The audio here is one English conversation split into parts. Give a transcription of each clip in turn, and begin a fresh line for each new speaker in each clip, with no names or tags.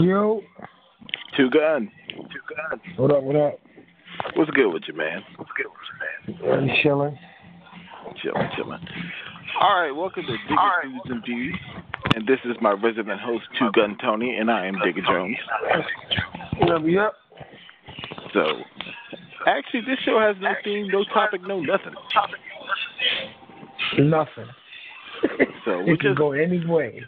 Yo.
Two gun.
What up, what up?
What's good with you, man? What's good with you, man?
I'm chilling.
Chilling, chilling. All right, welcome to Digger News and Views. And this is my resident host, Two Gun Tony, and I am Digger Jones.
What up, yep?
So, actually, this show has no theme, no topic, no nothing.
Nothing.
So, we're
It can
just,
go any way.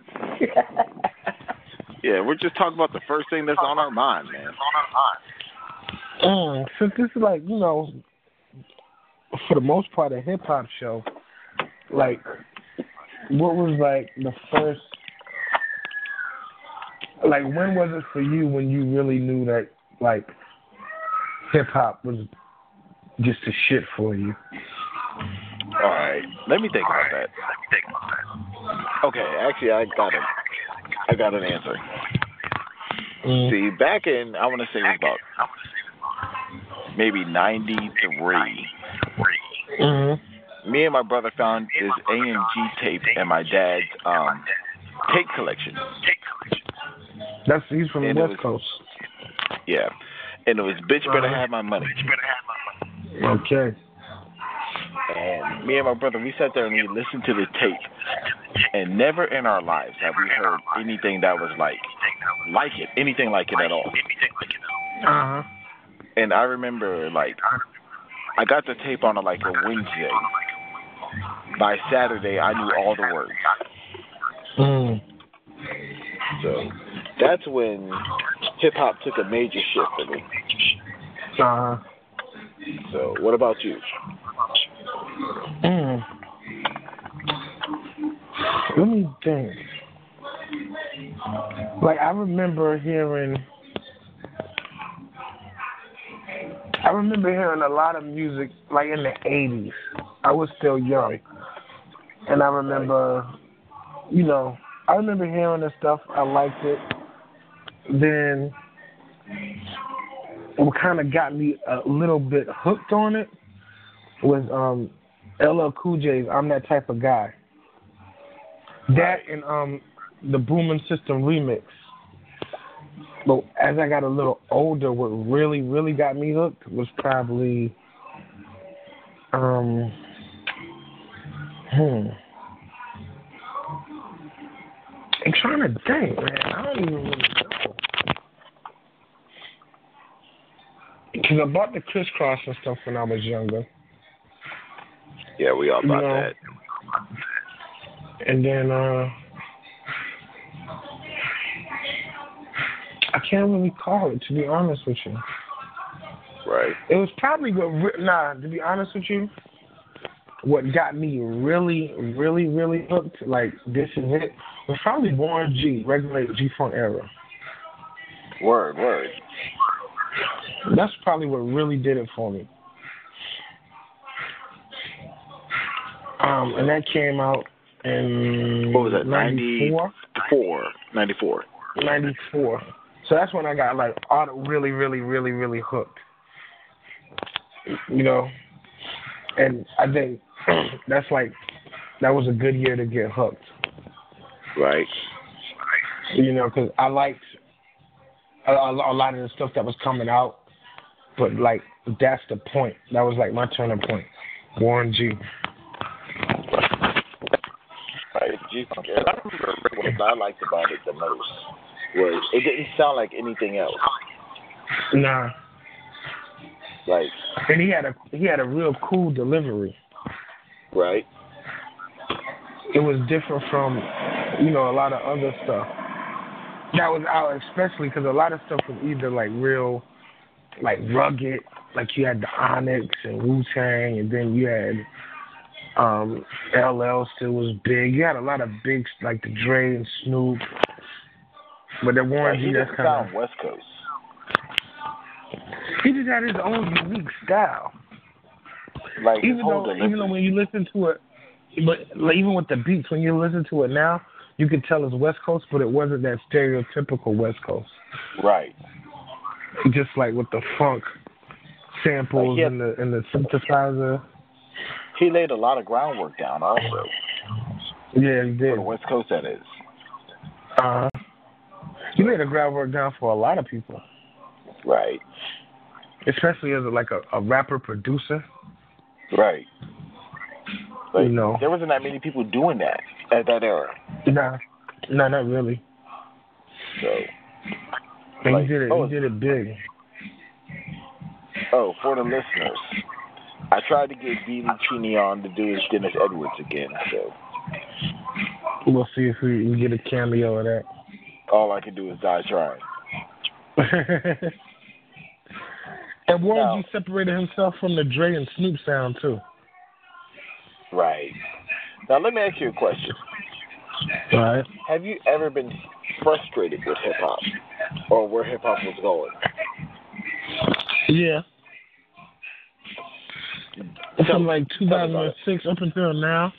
yeah, we're just talking about the first thing that's on our mind, man.
Mm, since this is like, you know, for the most part, a hip hop show, like, what was like the first, like, when was it for you when you really knew that, like, hip hop was just a shit for you?
All right, let me think about that. Okay, actually, I got it. I got an answer.
Mm.
See, back in, I want to say it was about maybe 93.
Mhm.
me and my brother found this AMG tape in my dad's um, tape collection.
That's he's from the
And it
West
was-
Coast.
Yeah. And it was Bitch Better Have My Money.
Okay.
And me and my brother, we sat there and we listened to the tape. And never in our lives have we heard anything that was like, like it, anything like it at all. Uh-huh.
Uh huh.
And I remember, like, I got the tape on like a Wednesday. By Saturday, I knew all the words.
Mm.
So that's when hip hop took a major shift for me.
Uh huh.
So what about you?
Mm. Let me think. Like I remember hearing, I remember hearing a lot of music like in the '80s. I was still young, and I remember, you know, I remember hearing the stuff. I liked it. Then, what kind of got me a little bit hooked on it was um LL Cool J's I'm that type of guy. That and um the Booming System remix. But as I got a little older, what really, really got me hooked was probably um hmm. I'm trying to think, man. I don't even really know. Because I bought the crisscross and stuff when I was younger.
Yeah, we all
about No. that. And then uh I can't really call it to be honest with you.
Right.
It was probably what re- nah, to be honest with you, what got me really, really, really hooked, like this is it, was probably Warren G, regular G Funk era.
Word, word.
That's probably what really did it for me. Um, and that came out in
What was that, 90?
94?
Four. Ninety four.
94. So that's when I got like auto really, really, really, really hooked. You know, and I think that's like that was a good year to get hooked.
Right.
You know, because I liked a, a a lot of the stuff that was coming out, but like that's the point. That was like my turning point. Warren G.
Right. G- and I remember what I liked about it the most was it didn't sound like anything else.
Nah,
Like
and he had a he had a real cool delivery.
right.
it was different from, you know, a lot of other stuff that was out, especially because a lot of stuff was either like real, like rugged, like you had the Onyx and Wu Tang, and then you had um, LL still was big. You had a lot of big like the Dre and Snoop, but the
Like,
Warren
he
G. That's
didn't
kind
sound
of
West Coast.
he just had his own unique style.
Like his
even
whole
though even though
delivery.
when you listen to it, but like, even with the beats, when you listen to it now, you can tell it's West Coast, but it wasn't that stereotypical West Coast.
Right.
Just like with the funk samples
Like, yeah.
and the and the synthesizer.
He laid a lot of groundwork down also.
Yeah, he
For
did.
the West Coast that is.
Uh, You laid the groundwork down for a lot of people,
Right.
especially as a, like a, a rapper producer.
Right. Like,
You know.
there wasn't that many people doing that at that era.
Nah, nah, not really.
So,
But
Like,
he did it.
oh.
He did it big.
oh, for the listeners, I tried to get B. Lucchini on to do his Dennis Edwards again. So,
We'll see if we, we get a cameo of that.
all I could do is die trying.
and Warren
No.
G separated himself from the Dre and Snoop sound too.
Right. Now, let me ask you a question.
All right.
Have you ever been frustrated with hip hop or where hip hop was going?
Yeah.
Tell-
From like
tell me about it.
2006 up until now.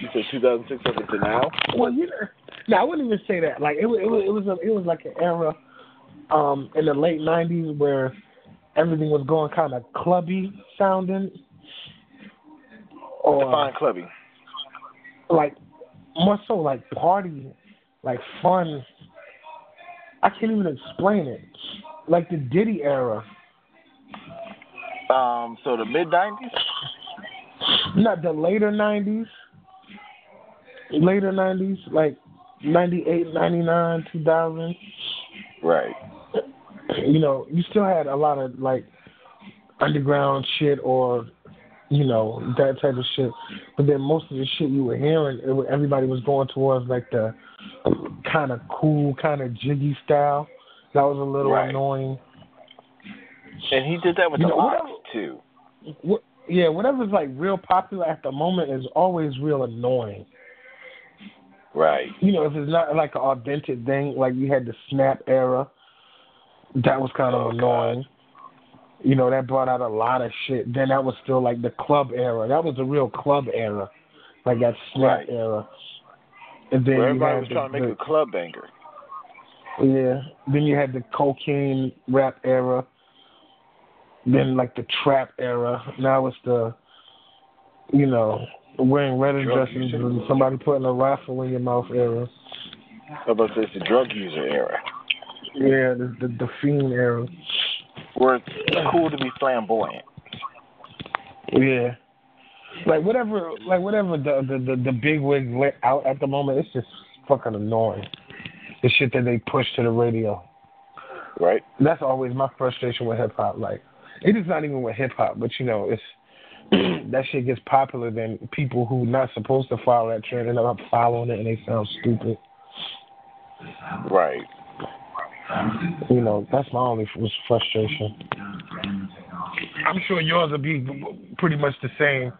You said 2006 up until now?
Well, you know, no, I wouldn't even say that. Like it was, it was, it was, a, it was like an era, um, in the late '90s where everything was going kind of clubby sounding, or
Define clubbing.
like more so like party, like fun. I can't even explain it. Like the Diddy era,
Um, so the mid 90s?
not the later '90s, later '90s, like '98, '99, 2000.
Right.
you know, you still had a lot of like underground shit or you know that type of shit, but then most of the shit you were hearing, it, wa- everybody was going towards like the kind of cool, kind of jiggy style. That was a little
Right.
annoying.
And he did that with
You
the
know, what
locks, too.
What, yeah, whatever's like real popular at the moment is always real annoying.
Right.
You know, if it's not like an authentic thing, like you had the snap era, that was kind of
Oh, God.
annoying. You know, that brought out a lot of shit. Then that was still like the club era. That was the real club era, like that snap
Right.
era. And then
Where
you
everybody
had
was
the-
trying to make a
the,
club banger.
yeah. Then you had the cocaine rap era. Then like the trap era. Now it's the, you know, wearing red
Drug
dresses
music.
and somebody putting a rifle in your mouth era.
How about this? The drug user era.
Yeah, the the, the fiend era.
Where it's cool to be flamboyant.
Yeah. Like whatever, like whatever the the the, the big wig lit out at the moment, it's just fucking annoying. The shit that they push to the radio.
Right.
That's always my frustration with hip hop. Like, it is not even with hip hop, but you know, it's that shit gets popular. Then people who not supposed to follow that trend end up following it, and they sound stupid.
Right.
You know, that's my only f- frustration. I'm sure yours will be b- pretty much the same.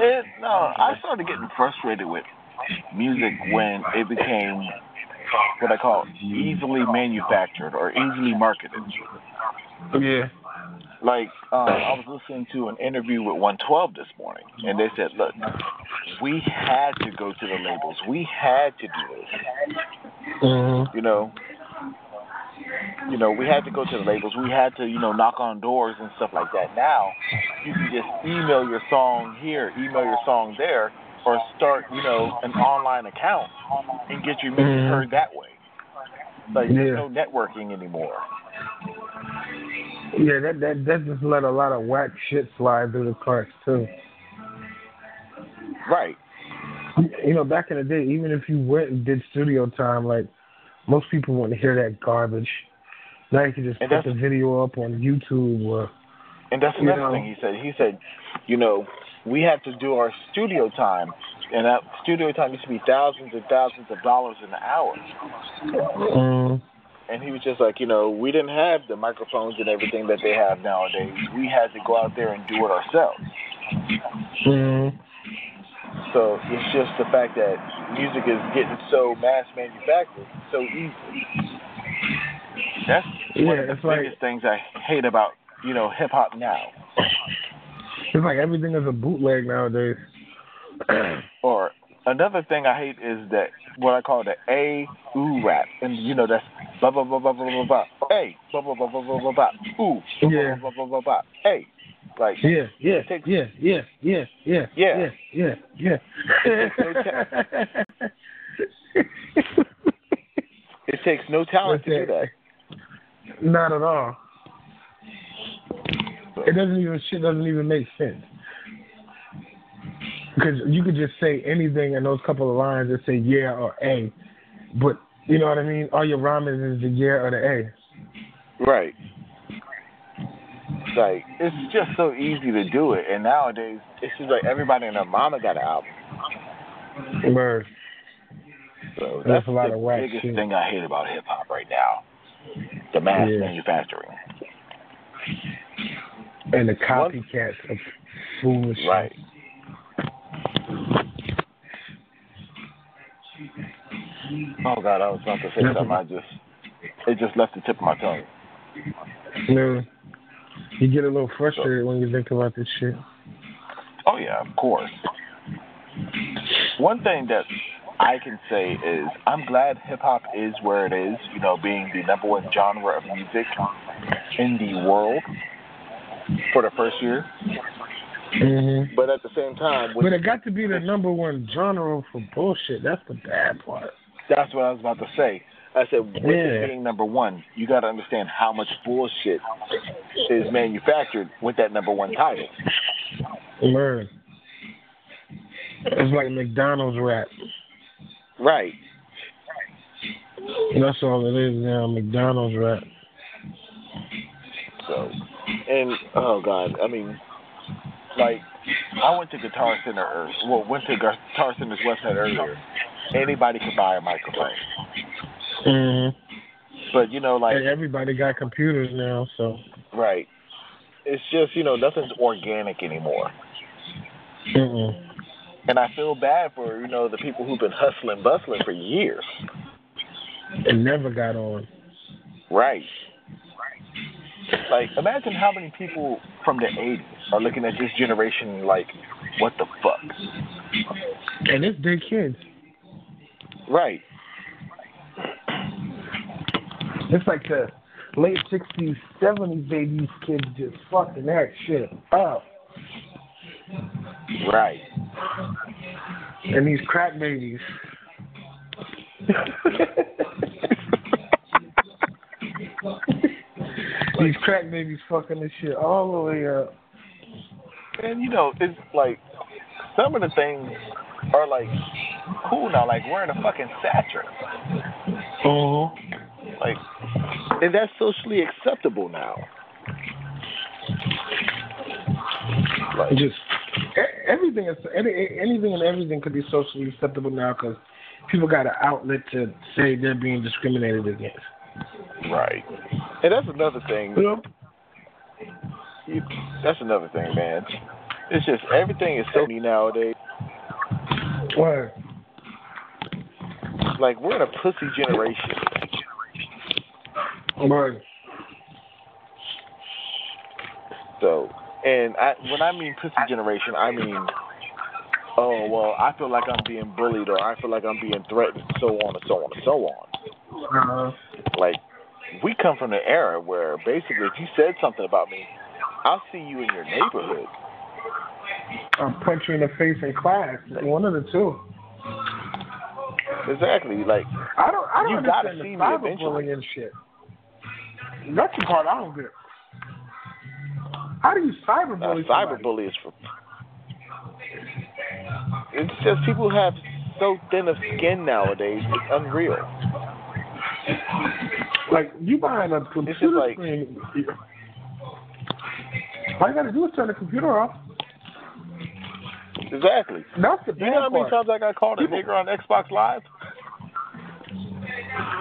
It, no, I started getting frustrated with music when it became what I call easily manufactured or easily marketed.
Yeah.
Like um, I was listening to an interview with 112 this morning, and they said, "Look, we had to go to the labels. We had to do this.
hmm
You know, you know, we had to go to the labels. We had to, you know, knock on doors and stuff like that. Now, you can just email your song here, email your song there, or start, you know, an online account and get your music
Mhm.
heard that way. Like there's
Yeah.
no networking anymore.
Yeah, that that that just let a lot of whack shit slide through the cracks too.
Right.
You know, back in the day, even if you went and did studio time, like most people wouldn't hear that garbage. Now you can just
And
put the
that's-
video up on YouTube or
And that's
You
another
know.
thing he said. He said, you know, we have to do our studio time, and that studio time used to be thousands and thousands of dollars an hour.
um,
And he was just like, you know, we didn't have the microphones and everything that they have nowadays. We had to go out there and do it ourselves.
mm,
So it's just the fact that music is getting so mass manufactured so easily. That's one
Yeah,
of the
it's like-
biggest things I hate about you know hip hop now,
it's like everything is a bootleg nowadays.
or another thing I hate is that what I call the a ooh rap, and you know that's blah blah blah blah blah blah blah a blah blah blah blah blah blah blah ooh blah,
Yeah.
blah blah blah blah blah a like
Yeah, yeah,
Take-
yeah, yeah, yeah, yeah,
Yeah.
yeah, yeah, yeah.
There's no takes no talent
That's
to do that.
Not at all. It doesn't even shit doesn't even make sense. Because you could just say anything in those couple of lines and say yeah or a, but you know what I mean. All your rhyming is the yeah or the a.
Right. Like it's just so easy to do it, and nowadays it's just like everybody and their mama got an album.
Word.
So
There's
that's
a lot
the
of whack
biggest
shit.
thing I hate about hip hop right now: the mass
Yeah.
manufacturing.
And the copycats of foolish.
Right. Oh God, I was about to say something. I just it just left the tip of my tongue.
You, know, you get a little frustrated when you think about this shit.
Oh yeah, of course. One thing that I can say is I'm glad hip hop is where it is, you know, being the number one genre of music in the world for the first year.
Mm-hmm.
But at the same time,
But
when,
it got to be the number one genre for bullshit. That's the bad part.
that's what I was about to say. I said, with
Yeah.
it being number one, you got to understand how much bullshit is manufactured with that number one title.
Learn. It's like McDonald's rap.
Right.
That's all it is now, McDonald's rap.
So, and oh god, I mean, like I went to Guitar Center, ear- well, went to Guitar Center's website earlier. Anybody could buy a microphone,
Mm-hmm.
but you know, like
And everybody got computers now, so.
right, it's just you know nothing's organic anymore.
Mm-mm.
And I feel bad for you know the people who've been hustling, bustling for years.
It never got on.
Right. Like, imagine how many people from the '80s are looking at this generation like, "What the fuck?"
And it's their kids.
Right.
It's like the late 60s, 70s babies kids just fucking that shit up.
Right.
And these crack babies. these crack babies fucking this shit all the way up.
And you know, it's like some of the things are like cool now, like wearing a fucking satchel.
Uh-huh.
Like and that's socially acceptable now. Like
Just e- everything is any, anything and everything could be socially acceptable now because people got an outlet to say they're being discriminated against.
right. And that's another thing.
You know?
You, that's another thing, man. It's just everything is so new nowadays.
Word.
Like we're in a pussy generation.
Word.
So, and I, when I mean pussy generation, I mean, oh well, I feel like I'm being bullied, or I feel like I'm being threatened, so on and so on and so on.
Uh-huh.
Like, we come from an era where basically, if you said something about me, I'll see you in your neighborhood.
I'll punch you in the face in class. One of the two.
Exactly. Like,
I don't. I don't
You gotta
understand the
see me
cyberbullying and shit. That's the part I don't get. How do you
a
cyberbully? somebody?
cyberbully uh, is for. It's just people have so thin of skin nowadays. It's unreal.
Like you behind a
This is
computer
like-
screen. All you gotta do is turn the computer off.
Exactly.
That's the bad
You know how many
part.
times I got called a nigger on Xbox Live?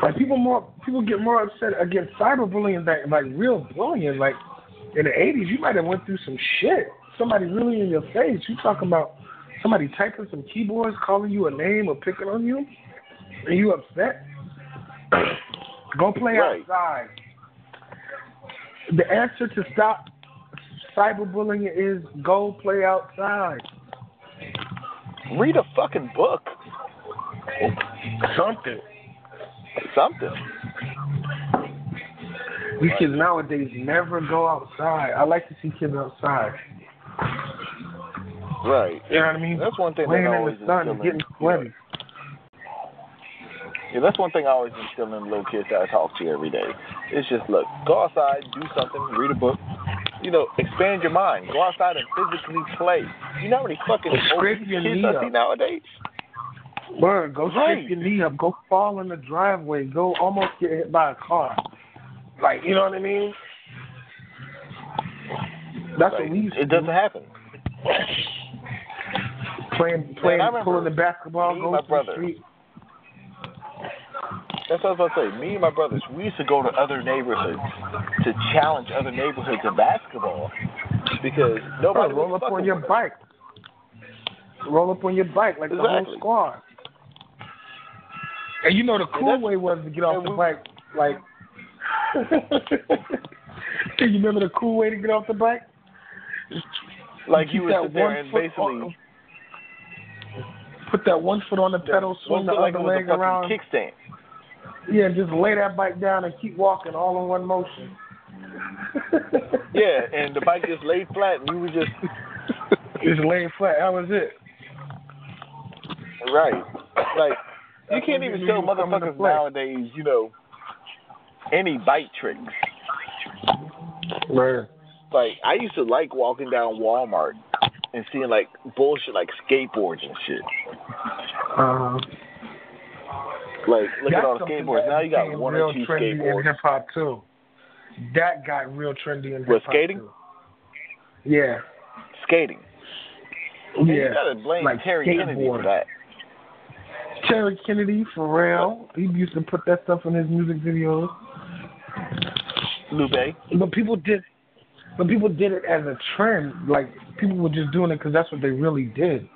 Like people more people get more upset against cyberbullying than like real bullying. Like in the eighties, you might have went through some shit. Somebody really in your face. You talking about somebody typing some keyboards, calling you a name or picking on you, and you upset? Go play
Right.
outside. The answer to stop cyberbullying is go play outside.
Read a fucking book.
Something.
Something.
These kids nowadays never go outside. I like to see kids outside.
Right.
You know what I mean?
That's one thing that
Laying in
always
the sun and
instilling-
getting sweaty.
Yeah, that's one thing I always instill in little kids that I talk to every day. It's just look, go outside, do something, read a book, you know, expand your mind, go outside and physically play. You know how many fucking
Well, scrape
old
your
kids
knee
I
up.
see nowadays?
Word, go
Right.
scrape your knee up, go fall in the driveway, go almost get hit by a car. Like, you know what I mean? That's
Like,
what we used to
It doesn't
do.
happen.
Playing, playing,
I remember
pulling the basketball,
me and
going
my
to
brother.
the street.
That's what I was about to say. Me and my brothers, we used to go to other neighborhoods to challenge other neighborhoods in basketball because nobody
Bro, roll
was
up on
fucking
your
with us.
bike. Roll up on your bike like the
Exactly.
whole squad. And you know the cool
that's-
way was to get off
and
the
we-
bike like you remember the cool way to get off the bike?
Like
Keep
you would
that
sit there
one
and
foot
basically
on- put that one foot on the pedal, swing
one
the
foot like
other
it was a
leg
fucking
around.
kickstand.
Yeah, just lay that bike down and keep walking all in one motion.
Yeah, and the bike just laid flat, and you were just
Just lay flat. That was it.
right. Like you
That's
can't
when
even
you
show
knew you come into
motherfuckers
play.
nowadays, you know, any bike tricks.
Right.
Like I used to like walking down Walmart and seeing like bullshit like skateboards and shit.
Uh,
Like look at
that's
all the
something
skateboards.
that
Now you got
became
one
real
or two
trendy in
skateboards.
hip hop too. That got real trendy in hip hop.
With skating?
Too. Yeah.
Skating. And
Yeah.
you gotta blame
like
Terry Kennedy for
skateboarding.
that.
Terry Kennedy, Pharrell, he used to put that stuff in his music videos.
Lupe.
But people did, but people did it as a trend. Like people were just doing it because that's what they really did.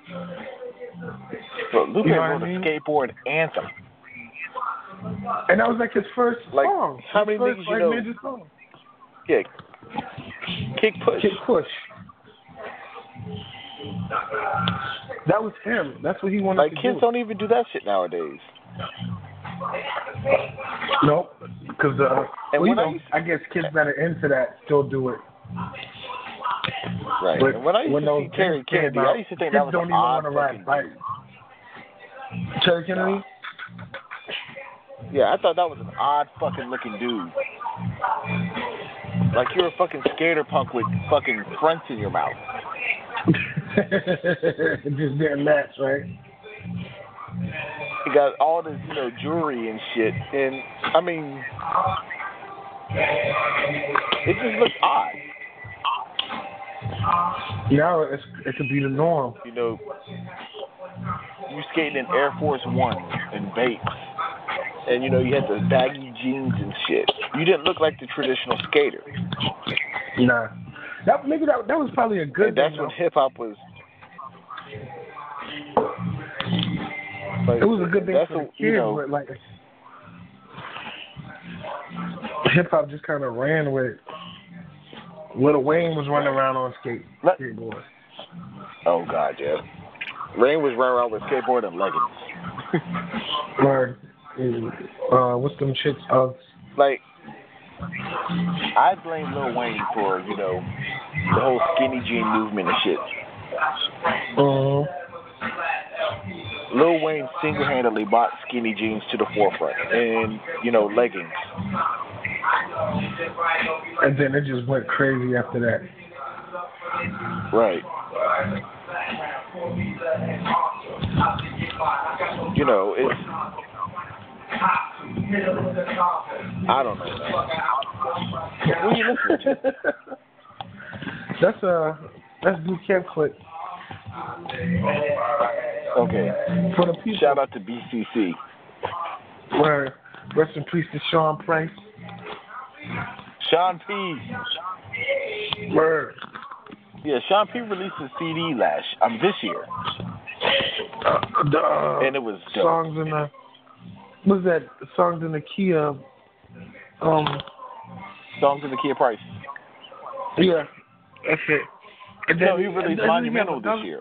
Bro, Lupe
You know what I
wrote
mean?
a skateboard anthem.
And that was like his first
Like,
song.
how
his
many
first,
niggas you
like,
know?
Major song.
Kick. Kick push.
Kick push. That was him. That's what he wanted
Like
to
kids
do.
don't even do that shit nowadays.
Nope. Because uh, well, you
And when I
know,
used-
I guess kids that are into that still do it.
Right.
But
and when I used
when
to
those
see Terry
things came
Kennedy,
out,
I used to think
kids
that was
don't
an
even
odd
wanna
fucking
ride bikes. Terry Kennedy.
dude. Yeah, I thought that was an odd fucking looking dude. Like you're a fucking skater punk with fucking fronts in your mouth.
it just didn't match, right?
You got all this, you know, jewelry and shit. And I mean, it just looks odd.
Now it's, it could be the norm.
You know, you skating in Air Force One and Bates, and you know you had the baggy jeans and shit. You didn't look like the traditional skater.
Nah. That, maybe that that was probably a good
And that's
thing.
when hip hop was.
though. it was a good thing
That's
for the
a-
kids,
you know,
but like hip hop just kind of ran with it. Lil Wayne was running around on skate
Let-
skateboard.
Oh God, yeah. Rain was running around with skateboard and leggings.
Or uh, what's them chicks? Uh,
Like, I blame Lil Wayne for you know the whole skinny jean movement and shit.
uh,
Lil Wayne single-handedly brought skinny jeans to the forefront, and you know leggings.
and then it just went crazy after that.
Right. You know, it's. I don't know. man. Who you listening to?
That's uh, that's do camp clip
Okay.
for the people.
Shout out to BCC.
Where rest in peace to Sean Price.
Sean P.
Word.
Yeah, Sean P. released a CD last um this year,
Uh, the, uh,
and it was dope.
songs in the what's that? Songs in the key of um
Songs in the Kia Price.
yeah, that's it. And
No, he
and
released
then he
Monumental
has
this
another-
year.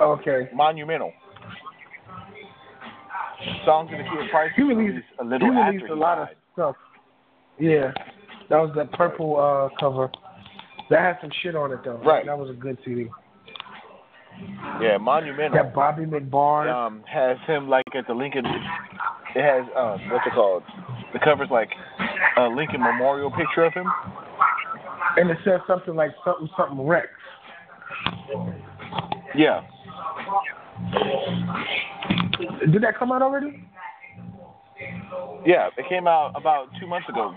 Okay.
Monumental. Songs in the Kia Price
He
was
released-
a
He
little
released
after
a
he
lot
died.
of stuff. Yeah, that was that purple uh cover. That had some shit on it though.
Right.
That was a good CD.
Yeah, monumental.
That Bobby McBarnes.
um, has him like at the Lincoln. It has um, what's it called? The cover's like a Lincoln Memorial picture of him.
And it says something like something something Rex.
Yeah,
Did that come out already?
yeah. It came out about two months ago.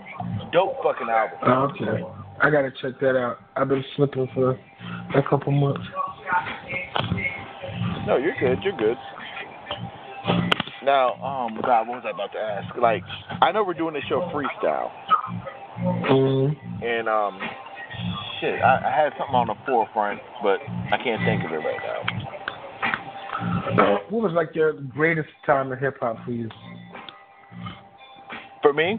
Dope fucking album.
Oh, okay. I gotta check that out. I've been slipping for a couple months.
No, you're good. You're good. Now, um, God, what was I about to ask? Like, I know we're doing this show freestyle,
Mm.
and um, shit, I, I had something on the forefront, but I can't think of it right now.
What was like your greatest time in hip hop for you?
For me,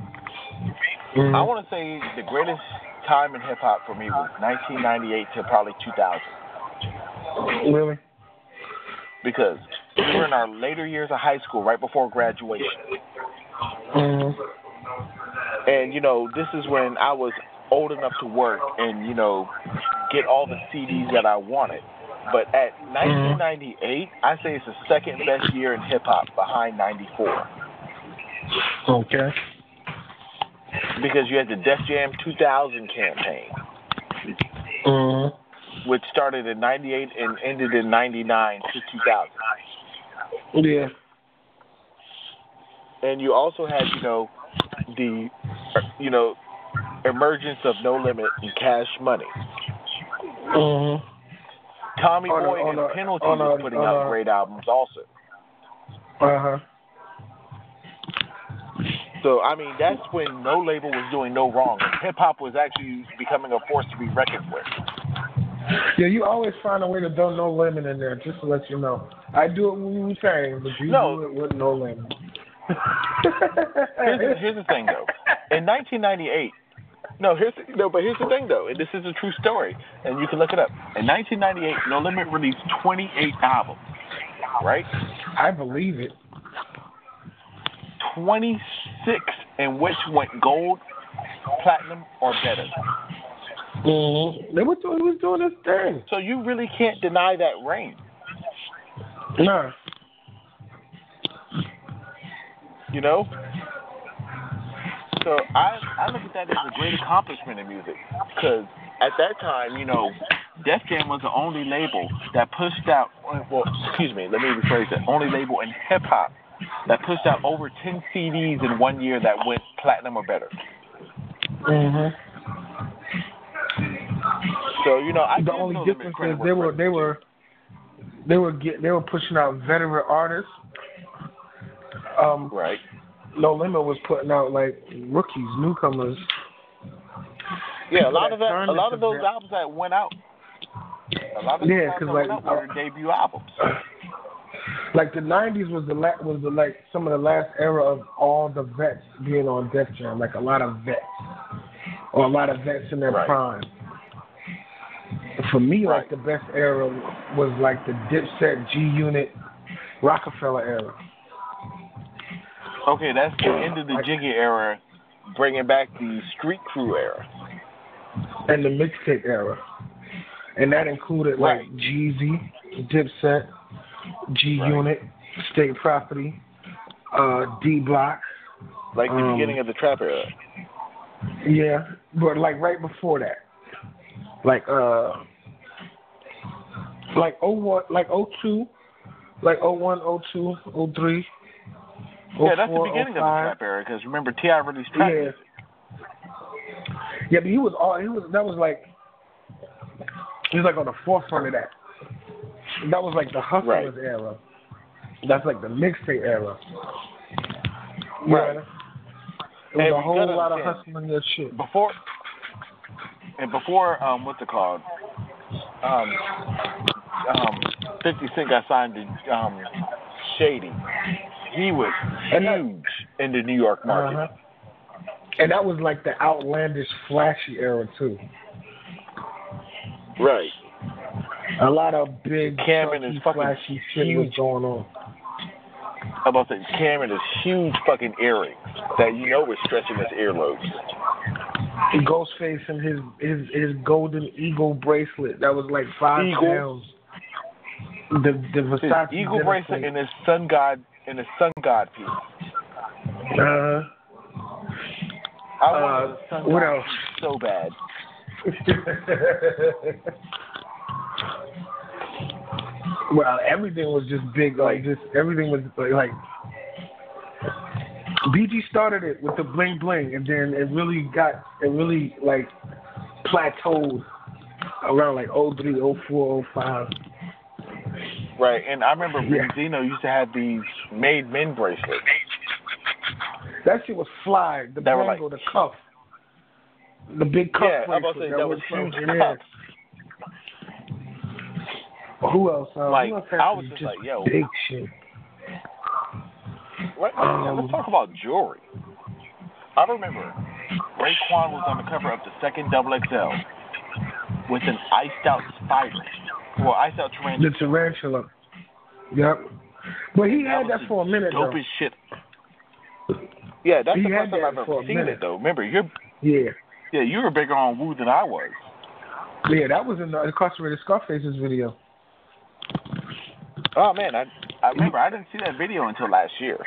Mm-hmm.
I want to say the greatest time in hip hop for me was 1998 to probably 2000
Really?
because we were in our later years of high school, right before graduation,
Mm.
and you know this is when I was old enough to work and you know get all the CDs that I wanted. But at 1998, I say it's the second best year in hip hop behind 94
Okay.
because you had the Def Jam 2000 campaign,
Mm.
which started in 98 and ended in 99 to 2000.
Yeah.
and you also had you know the you know emergence of No Limit and Cash Money.
Mm.
Tommy
On a-
Boy
on
and
a-
Penalty
on a-
was putting
on
out
a-
great albums also.
Uh huh.
So I mean that's when no label was doing no wrong. Hip hop was actually becoming a force to be reckoned with.
Yeah, you always find a way to throw no lemon in there, just to let you know. I do it when you sang, but you
No.
do it with no lemon.
Here's the, here's the thing though. In 1998. No, here's the, no, but here's the thing though, and this is a true story, and you can look it up. In 1998, No Limit released 28 albums, right?
I believe it.
26 in which went gold, platinum, or better.
Mm-hmm. They were doing, they was doing this thing.
So you really can't deny that reign.
Nah.
you know? So I, I look at that as a great accomplishment in music because at that time, you know, Def Jam was the only label that pushed out, well, excuse me, let me rephrase that, only label in hip hop that pushed out over 10 CDs in one year that went platinum or better.
Mm-hmm.
So, you know, I
the
give
only
No Limit
difference
credit
is
where
they were
credit's
they were they were get, they were pushing out veteran artists. Um,
due. right.
No Limit was putting out like rookies, newcomers.
Yeah, a lot of that,
Turn
a lot of
into
those
that.
albums that went out, a lot of those
Yeah,
albums
'cause,
that
like,
went out were debut albums.
Like the '90s was the la- was the like some of the last era of all the vets being on Def Jam. Like a lot of vets, or a lot of vets in their
Right.
prime. For me,
Right.
like the best era was like the Dipset, G Unit, Rockefeller era.
Okay, that's the end of the Jiggy era, bringing back the Street Crew era.
and the mixtape era. And that included like
Right.
Jeezy, Dipset, G
Right.
Unit, State Property, uh, D Block.
Like the
Um,
beginning of the trap era.
Yeah. But like right before that. Like uh like oh one like oh two, like oh one, oh two, oh three.
yeah, that's the
04,
beginning
05.
of the trap era because remember Ti released trap.
Yeah. Yeah, but he was all he was that was like he was like on the forefront of that. That was like the hustlers
Right.
era. That's like the mixtape era.
Right.
Yeah. It
And
was
we
a whole
gotta
lot of
understand-
hustling and shit.
Before and before um what's it called? Um um Fifty Cent got signed to um Shady. He was
And that-
huge in the New York market.
Uh-huh. And that was like the outlandish, flashy era too.
Right.
A lot of big,
Cameron is
chunky,
fucking
flashy shit was
huge.
going on.
How about that? Cameron is huge fucking earrings that you know was stretching his earlobes.
Ghostface and his his his golden eagle bracelet that was like five
Eagle.
pounds. The the
His
Versace
eagle
dinner
bracelet
plate.
and his sun god and his sun god piece.
Uh,
I
Uh,
wanted a sun
what
god
else?
piece so bad.
well, everything was just big. Like just everything was like, like BG started it with the bling bling, and then it really got it really like plateaued around like 03, 04, 05.
Right, and I remember
Yeah.
Benzino used to have these made men bracelets.
That shit was fly. The
They were
bangle, the cuff, the big cuff.
yeah, I'm about to
bracelet
say that was
fucking-
huge
yeah.
cups.
Who else? Uh,
Like,
who else
I
had
was
some
just like, yo.
big shit.
Right,
Um,
let's talk about jewelry. I remember Raekwon was on the cover of the second double XL with an iced out spider. Well, iced out
The
tarantula.
tarantula. Yep. But he
That
had
was
that for a minute
Dope
though.
as shit. Yeah, that's
He
the
had
first time
that
I've
for
ever
a
seen
minute.
it though. Remember, you're
Yeah.
yeah, you were bigger on Woo than I was.
Yeah, that was in the incarcerated Scarface's video.
Oh man, I I remember I didn't see that video until last year.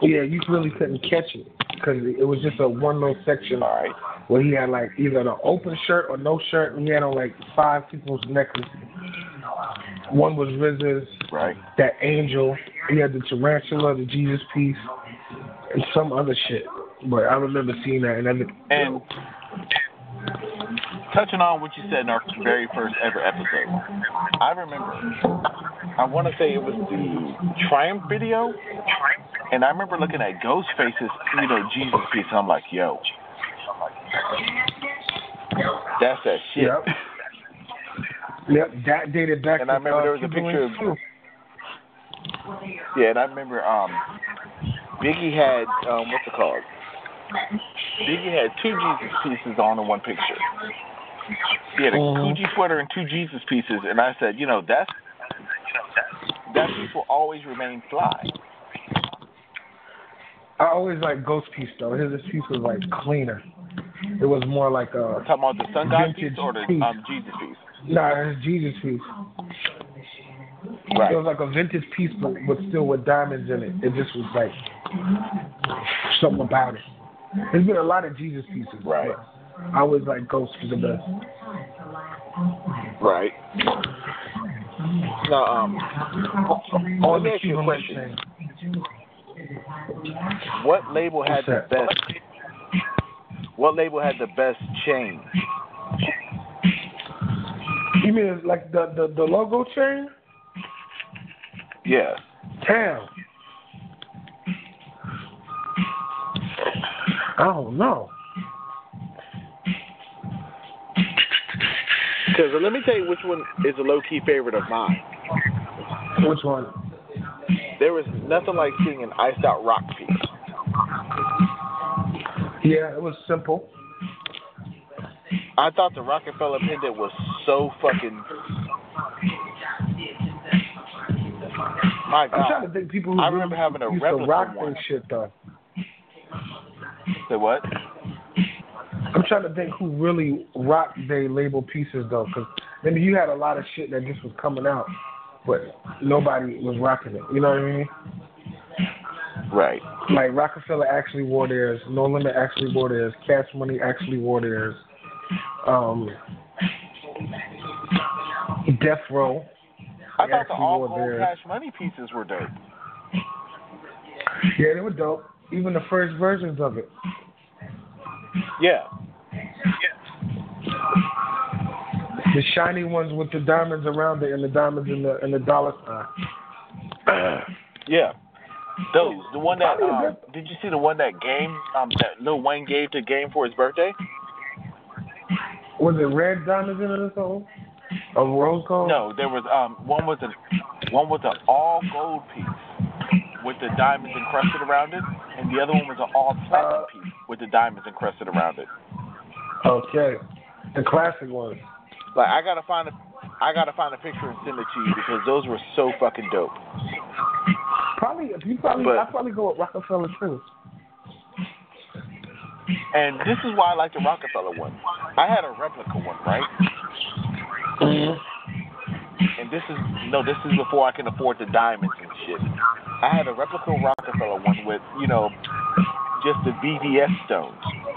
Yeah, you really couldn't catch it because it was just a one little section
All right.
where he had like either an open shirt or no shirt, and he had on like five people's necklaces. One was RZA's,
Right.
that angel. He had the tarantula, the Jesus piece, and some other shit. But I remember seeing that, and I looked-
And touching on what you said in our very first ever episode, I remember, I want to say it was the Triumph video, and I remember looking at Ghostface's, you know, Jesus piece, and I'm like, yo, that's that shit.
Yep. Yep, that dated back.
And
to,
I remember
uh,
there was a
Cuban
picture of-
Links too.
Yeah, and I remember um, Biggie had, um, what's it called? Biggie had two Jesus pieces on in one picture. He had a
Mhm.
Gucci sweater and two Jesus pieces, and I said, you know, that's that piece will always remain fly.
I always like Ghost Piece though. His piece was like cleaner. It was more like a
Talking about the sun god piece
Vintage
or the
piece.
um, Jesus piece.
nah, his Jesus piece. It
Right.
was like a vintage piece, but, but still with diamonds in it. It just was like something about it. There's been a lot of Jesus pieces,
Right.
but I always like Ghost for the best.
Right. Now, um,
All
let me
the
ask you a
Cuban Links
question.
thing.
What label
What's
had the
that?
best? What label had the best chain?
You mean it's like the the, the logo chain?
Yeah.
Damn. I don't know.
Because let me tell you which one is a low key favorite of mine.
Which one?
There was nothing like seeing an iced out rock piece.
Yeah, it was simple.
I thought the Rockefeller pendant was so fucking. My
I'm trying
God.
to think people who
Uh, I remember
really
having a
used to
replica
rock
one.
this shit though.
Say what?
I'm trying to think who really rocked they label pieces though, because I mean you had a lot of shit that just was coming out, but nobody was rocking it. You know what I mean?
Right.
Like Rockefeller actually wore theirs, No Limit actually wore theirs, Cash Money actually wore theirs, um, Death Row.
I
They
thought the
actually
all
wore
gold
theirs.
cash money pieces were dope.
Yeah, they were dope. Even the first versions of it.
Yeah.
The shiny ones with the diamonds around it and the diamonds in the in the dollar sign.
Yeah. Those. The one that.
Probably a
Um, did you see the one that game? Um, that Lil Wayne gave to Game for his birthday?
Was it red diamonds in it or something? A rose gold?
No, there was um one was an one was an all gold piece with the diamonds encrusted around it, and the other one was an all
Uh,
platinum piece with the diamonds encrusted around it.
Okay. The classic ones.
Like I gotta find a I gotta find a picture and send it to you because those were so fucking dope.
Probably you probably
But-
I probably go with Rockefeller too.
And this is why I like the Rockefeller one. I had a replica one, right?
Mm-hmm.
And and this is you know this is before I can afford the diamonds and shit. I had a replica Rockefeller one with you know just the BDS stones,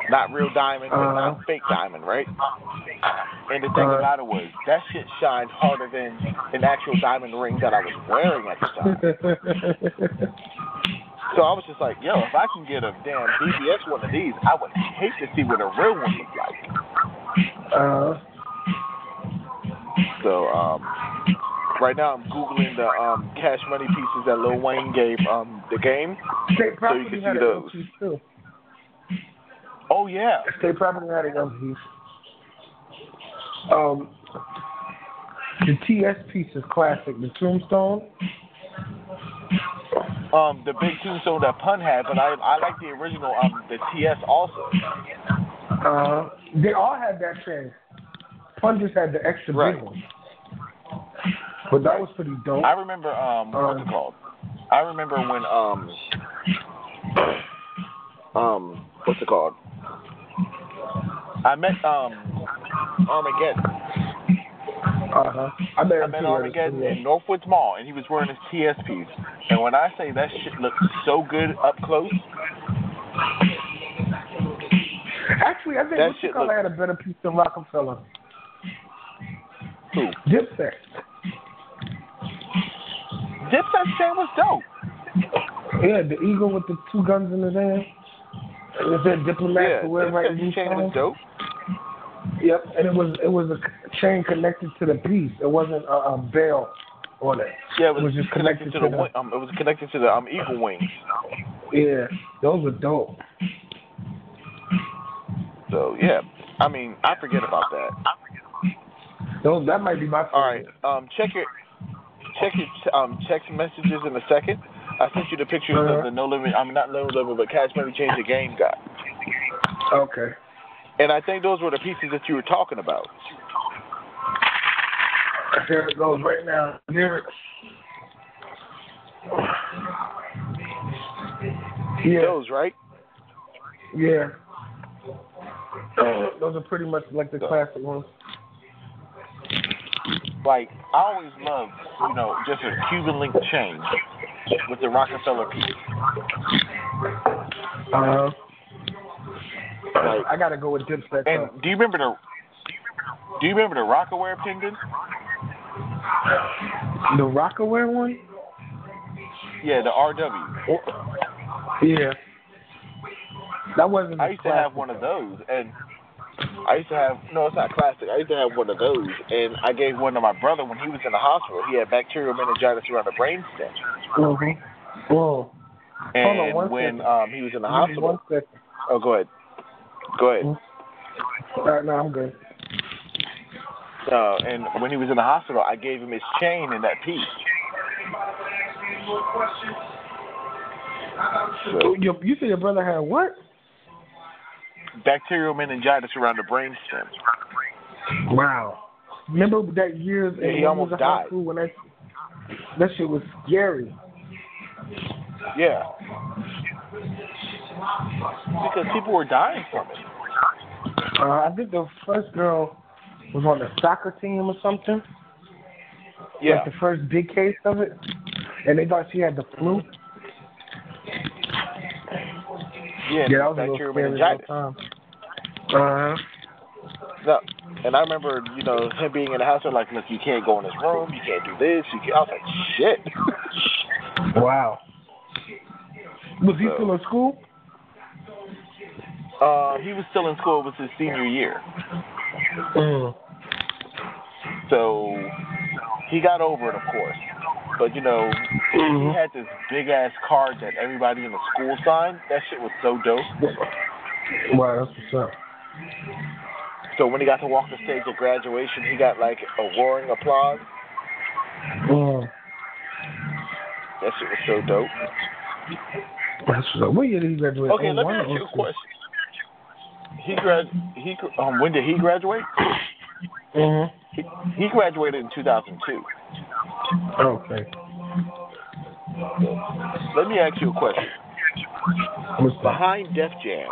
not real diamonds, and
Uh-huh.
not fake diamond, right? And the thing
Uh-huh.
about it was that shit shined harder than an actual diamond ring that I was wearing at the time. So I was just like, yo, if I can get a damn BBS one of these, I would hate to see what a real one looks like.
uh,
So um, right now I'm googling the um, cash money pieces that Lil Wayne gave um, the game.
State property
can
had
see
an
those.
empty too.
Oh yeah,
State property had an empty. Um, the TS piece is classic. The tombstone.
um, the big tombstone that Pun had, but I I like the original um, the TS also.
Uh, they all had that thing. Pun just had the extra
Right.
big one. But that was pretty dope.
I remember um, what's it called? I remember when um, um, what's it called? I met um, Armageddon.
Uh-huh. I bet
I met Armageddon in Northwoods Mall, and he was wearing his TS piece. And when I say that shit looked so good up close,
Actually, I think
That
that
shit
color had a better piece than Rockefeller.
who?
Dipset.
Dipset chain was dope.
Yeah, the eagle with the two guns in his hand. It said diplomat
Yeah,
to wear right in
Dipset chain was dope.
Yep, and it was it was a c- chain connected to the piece. It wasn't a, a bell on it.
Yeah, it was,
just
connected,
connected
to the,
to
wi- um, it was connected to the um eagle wings.
Yeah, those were dope.
So yeah, I mean I forget about that.
Those that might be my favorite.
All right, um check your check your um text messages in a second. I sent you the pictures
Uh-huh.
of the no limit. I'm mean, not no limit, but Cash Money Change the Game guy.
Okay.
And I think those were the pieces that you were talking about.
Here it goes right now. Here it. Yeah,
Those right?
yeah. Uh, Those are pretty much like the classic ones.
like I always loved, you know, just a Cuban link chain with the Rockefeller piece. Uh-huh.
Uh,
Like,
I gotta go with Dipset.
and
though.
do you remember the do you remember the Rockaware pendant?
The Rockaware one?
Yeah, the RW.
Yeah. That wasn't.
I
a
used to have
classic.
one of those, and I used to have no, it's not classic. I used to have one of those, and I gave one to my brother when he was in the hospital. He had bacterial meningitis around the brainstem,
Mhm. Whoa. on
and
one
when
second.
um he was in the
Give me
hospital,
One second.
oh go ahead, go ahead.
All right, no, I'm good.
Uh, and when he was in the hospital, I gave him his chain and that piece. So,
Your, you said your brother had what?
bacterial meningitis around the brainstem.
Wow. Remember that years
Yeah, he
and when
almost
was in
died.
high school when that that shit was scary.
Yeah. Because people were dying from it.
Uh, I think the first girl was on the soccer team or something.
Yeah.
Like the first big case of it, and they thought she had the flu.
Yeah,
Yeah, that was a
bacterial
little scary at
meningitis.
the time. Uh huh.
No. And I remember, you know, him being in the hospital like, look, you can't go in this room, you can't do this, you can't. I was like, shit.
Wow. Was he
So-
still in school?
Uh, he was still in school. It was his senior year.
Mm.
So he got over it, of course. But, you know,
Mm-hmm.
he had this big ass card that everybody in the school signed. That shit was so dope.
Mm-hmm. Wow, that's what's up.
So when he got to walk the stage at graduation, he got like a roaring applause.
Mm.
That shit was so dope.
That's what's up. What year did he graduate?
Okay,
01
let me
or
ask you a
02?
question. He grad he gr- um when did he graduate?
Mhm.
He, he graduated in 2002.
Mm-hmm. Okay.
Let me ask you a question.
What's up?
Behind Def Jam,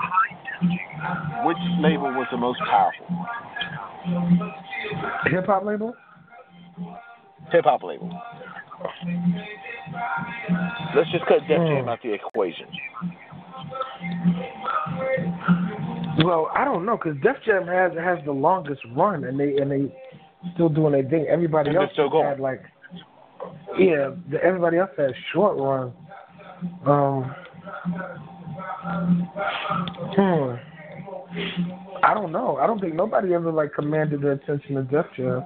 which label was the most powerful?
Hip hop label?
hip hop label. Let's just cut Def
Hmm.
Jam out the equation.
Well, I don't know because Def Jam has has the longest run, and they and they still doing their thing. Everybody
And they're
else
still going.
had like yeah, the, everybody else has short run. Um, hmm. I don't know. I don't think nobody ever like commanded the attention of Def Jam.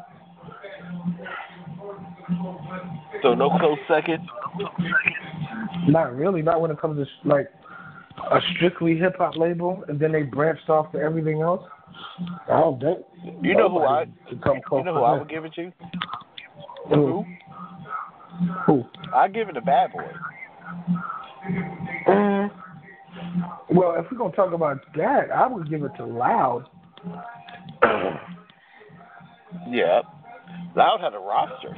So no close second.
Not really. Not when it comes to sh- like a strictly hip hop label, and then they branched off to everything else. I don't think.
You know who I
nobody could come
you
close
know
to
who I
that.
would give it to?
Who?
Who?
Who?
I give it to Bad Boy.
Mm. Well, if we're gonna talk about that, I would give it to Loud.
Yeah. Loud had a roster.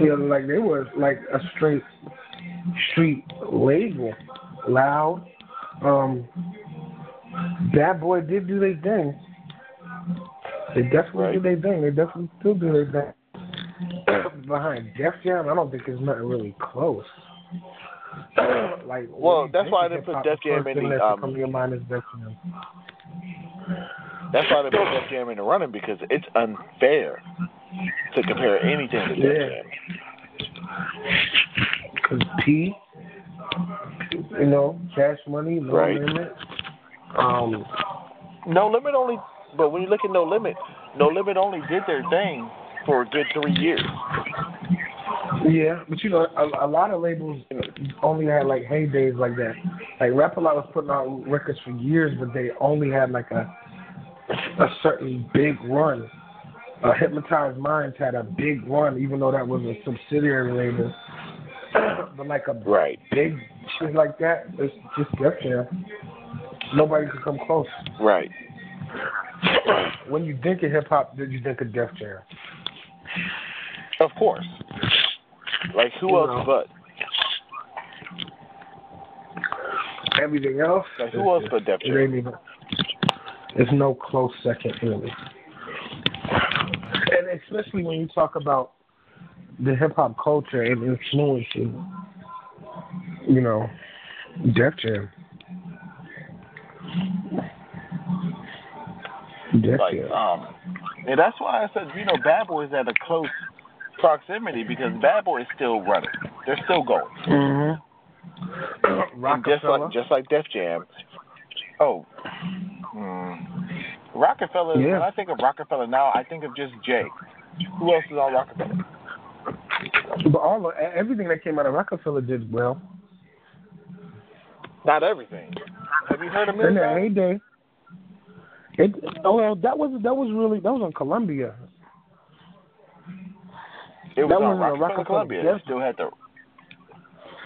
You know, like they were like a straight street label. Loud. Um Bad Boy did do their thing. They definitely
Right.
do their thing. They definitely still do their thing. Behind Def Jam, I don't think there's nothing really close. like
Well,
when you
that's
think
why I
of
didn't put
hip-hop,
Def Jam
first
in
thing
the,
that should
um,
come to your mind is Def Jam.
That's why they put Def Jam in the running because it's unfair to compare anything to Def
Yeah.
Jam.
Cause P, you know, Cash Money, No
Right.
Limit. Um,
No Limit only, but when you look at No Limit, No Limit only did their thing for a good three years.
yeah, but you know, a, a lot of labels only had like heydays like that. Like Rap A Lot was putting out records for years, but they only had like a a certain big run. Uh, Hypnotized Minds had a big run, even though that was a subsidiary label. but like a
Right.
big shit like that, it's just Def Jam. Nobody could come close.
Right.
when you think of hip hop, did you think of Def Jam?
Of course. Like who
You
else
know.
but?
Everything else?
Like who else but Def
It
Jam?
ain't even. There's no close second, really. And especially when you talk about the hip hop culture and influencing, you know, Def Jam. Def
Like
Jam.
um, and that's why I said you know Bad Boy is at a close proximity because Bad Boy is still running. They're still going.
Mm-hmm.
And just
Rockefeller.
like just like Def Jam. Oh. Mm. Rockefeller.
Yeah.
When I think of Rockefeller now, I think of just Jay. Who else is on Rockefeller?
But all of, everything that came out of Rockefeller did well.
Not everything. Have you heard of
In
Mill
that
Sound?
heyday. It, oh well, that was that was really that was on Columbia.
It was
That wasn't a
on Rockefeller,
Rockefeller
Columbia.
Def-
They still had the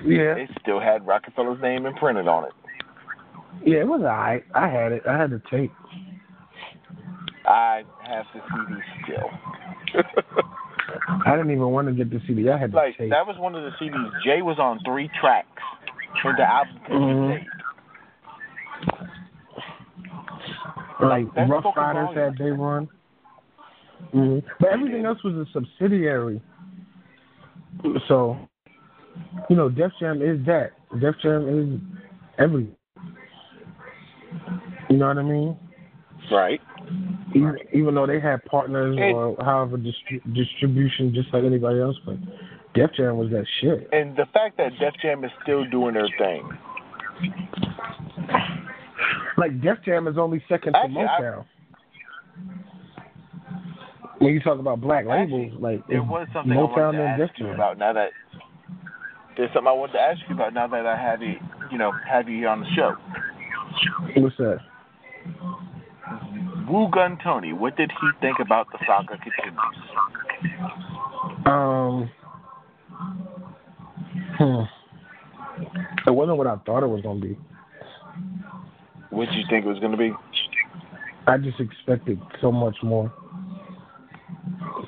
Yeah,
they still had Rockefeller's name imprinted on it.
yeah, it was alright. I had it. I had the tape.
I have the CD still.
I didn't even want to get the CD. I had the
like
tape.
that was one of the CDs. Jay was on three tracks when the album came
Mhm.
out.
like
that's
Rough
fucking
Riders
volume.
had they run. hmm But everything else was a subsidiary. So, you know, Def Jam is that. Def Jam is every. You know what I mean?
Right.
even, even though they had partners
It-
or however distri- distribution just like anybody else, but Def Jam was that shit.
And the fact that Def Jam is still doing their thing.
Like Def Jam is only second to
Actually, I-
Motown. when you talk about black labels,
Actually,
like
There
it's
was something I
Motown
wanted to
and
ask
Def
you
Jam.
about now that there's something I wanted to ask you about now that I have you, you know, have you here on the show.
What's that?
Wu Gun Tony, what did he think about the saga continues?
Um, hmm. It wasn't what I thought it was gonna be.
What did you think it was going to be?
I just expected so much more.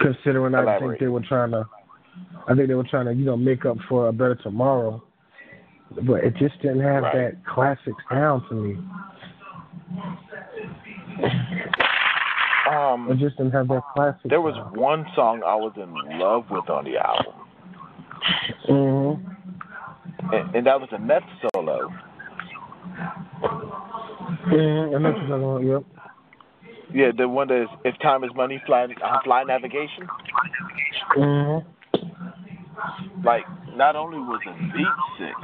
Considering I
Elaborate.
think they were trying to, I think they were trying to, you know, make up for a better tomorrow. But it just didn't have
Right.
that classic sound to me.
um
I just didn't have that classic.
there was
sound.
one song I was in love with on the album,
Mhm.
and, and that was a Meth solo.
Mhm. And that's another one. Yep.
Yeah, the one that is if time is money, fly uh, fly navigation.
Mhm.
Like not only was the beat sick,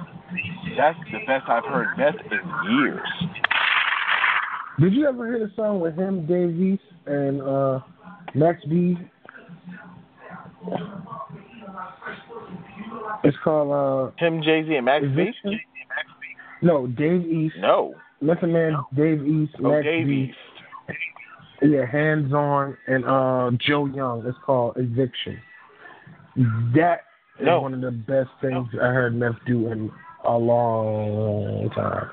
that's the best I've heard Meth in years.
Did you ever hear the song with him, Dave East, and uh, Max B? It's called
Him, Jay Z, and Max
uh,
B.
Eviction. No, Dave East,
No,
Method Man, Dave East,
oh
Max
Dave
B.
East.
Yeah, hands on and uh Joe Young. It's called Eviction. That is
No.
one of the best things I heard Meth do in a long time.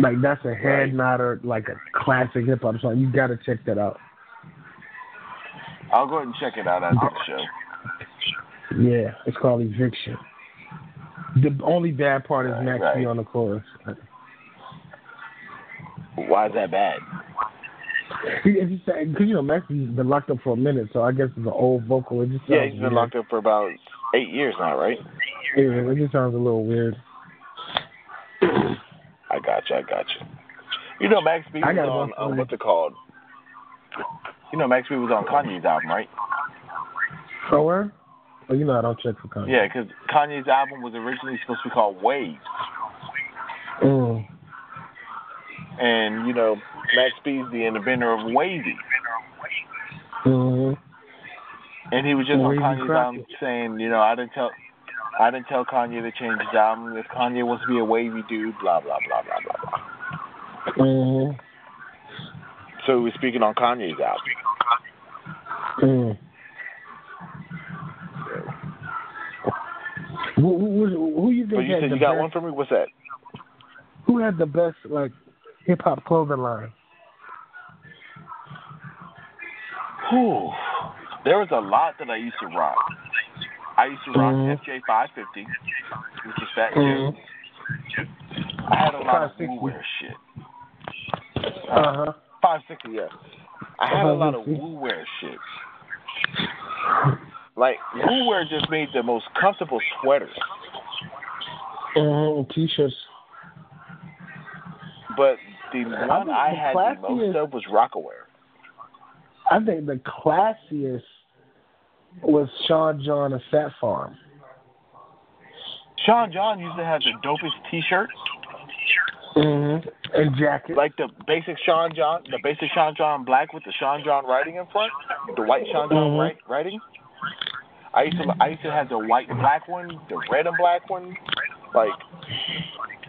Like that's a head
Right.
nodder, like a classic hip hop song. You gotta check that out.
I'll go ahead and check it out after the show.
Yeah, it's called Eviction. The only bad part is
Right,
Max B
right.
on the chorus.
Why is that bad?
Because you know Max B's been locked up for a minute, so I guess it's an old vocal. It just sounds
Yeah, he's
weird.
been locked up for about eight years now, right?
Yeah, it just sounds a little weird.
I got you. I got you. You know, Max B
I
was
got
on
one for
um,
you.
what's it called? You know, Max B was on Kanye's album, right?
So where? Oh, you know I don't check for Kanye.
Yeah, because Kanye's album was originally supposed to be called Waves,
Mm.
and you know, Max B's the inventor of Wavy,
Mhm.
and he was just
Wavy
on Kanye's
Crockett.
album saying, you know, I didn't tell. I didn't tell Kanye to change his album. If Kanye wants to be a wavy dude, blah blah blah blah blah blah.
Mhm.
So he was speaking on Kanye's album.
Mm. Who, who, who, who you think
But Oh, you
had
said
the
you got
best?
one for me. What's that?
Who had the best like hip hop clothing line?
Whew. There was a lot that I used to rock. I used to rock
Mhm.
FJ550, which is Fat
Mhm.
Joe. I had a lot of
560.
woo wear shit.
Uh huh.
560, yes. I had a lot of
560.
woo wear shit. Like, woo wear just made the most comfortable sweaters.
Mm-hmm. T-shirts.
But the
I
one
think
I
the
had the most
classiest-
of was Rockaware.
I think the classiest was Sean John and Fat Farm.
Sean John used to have the dopest t shirts.
Mm-hmm. And jacket.
Like the basic Sean John, the basic Sean John black with the Sean John writing in front, the white Sean John
Mhm.
wri- writing. I used to I used to have the white and black one, the red and black one. Like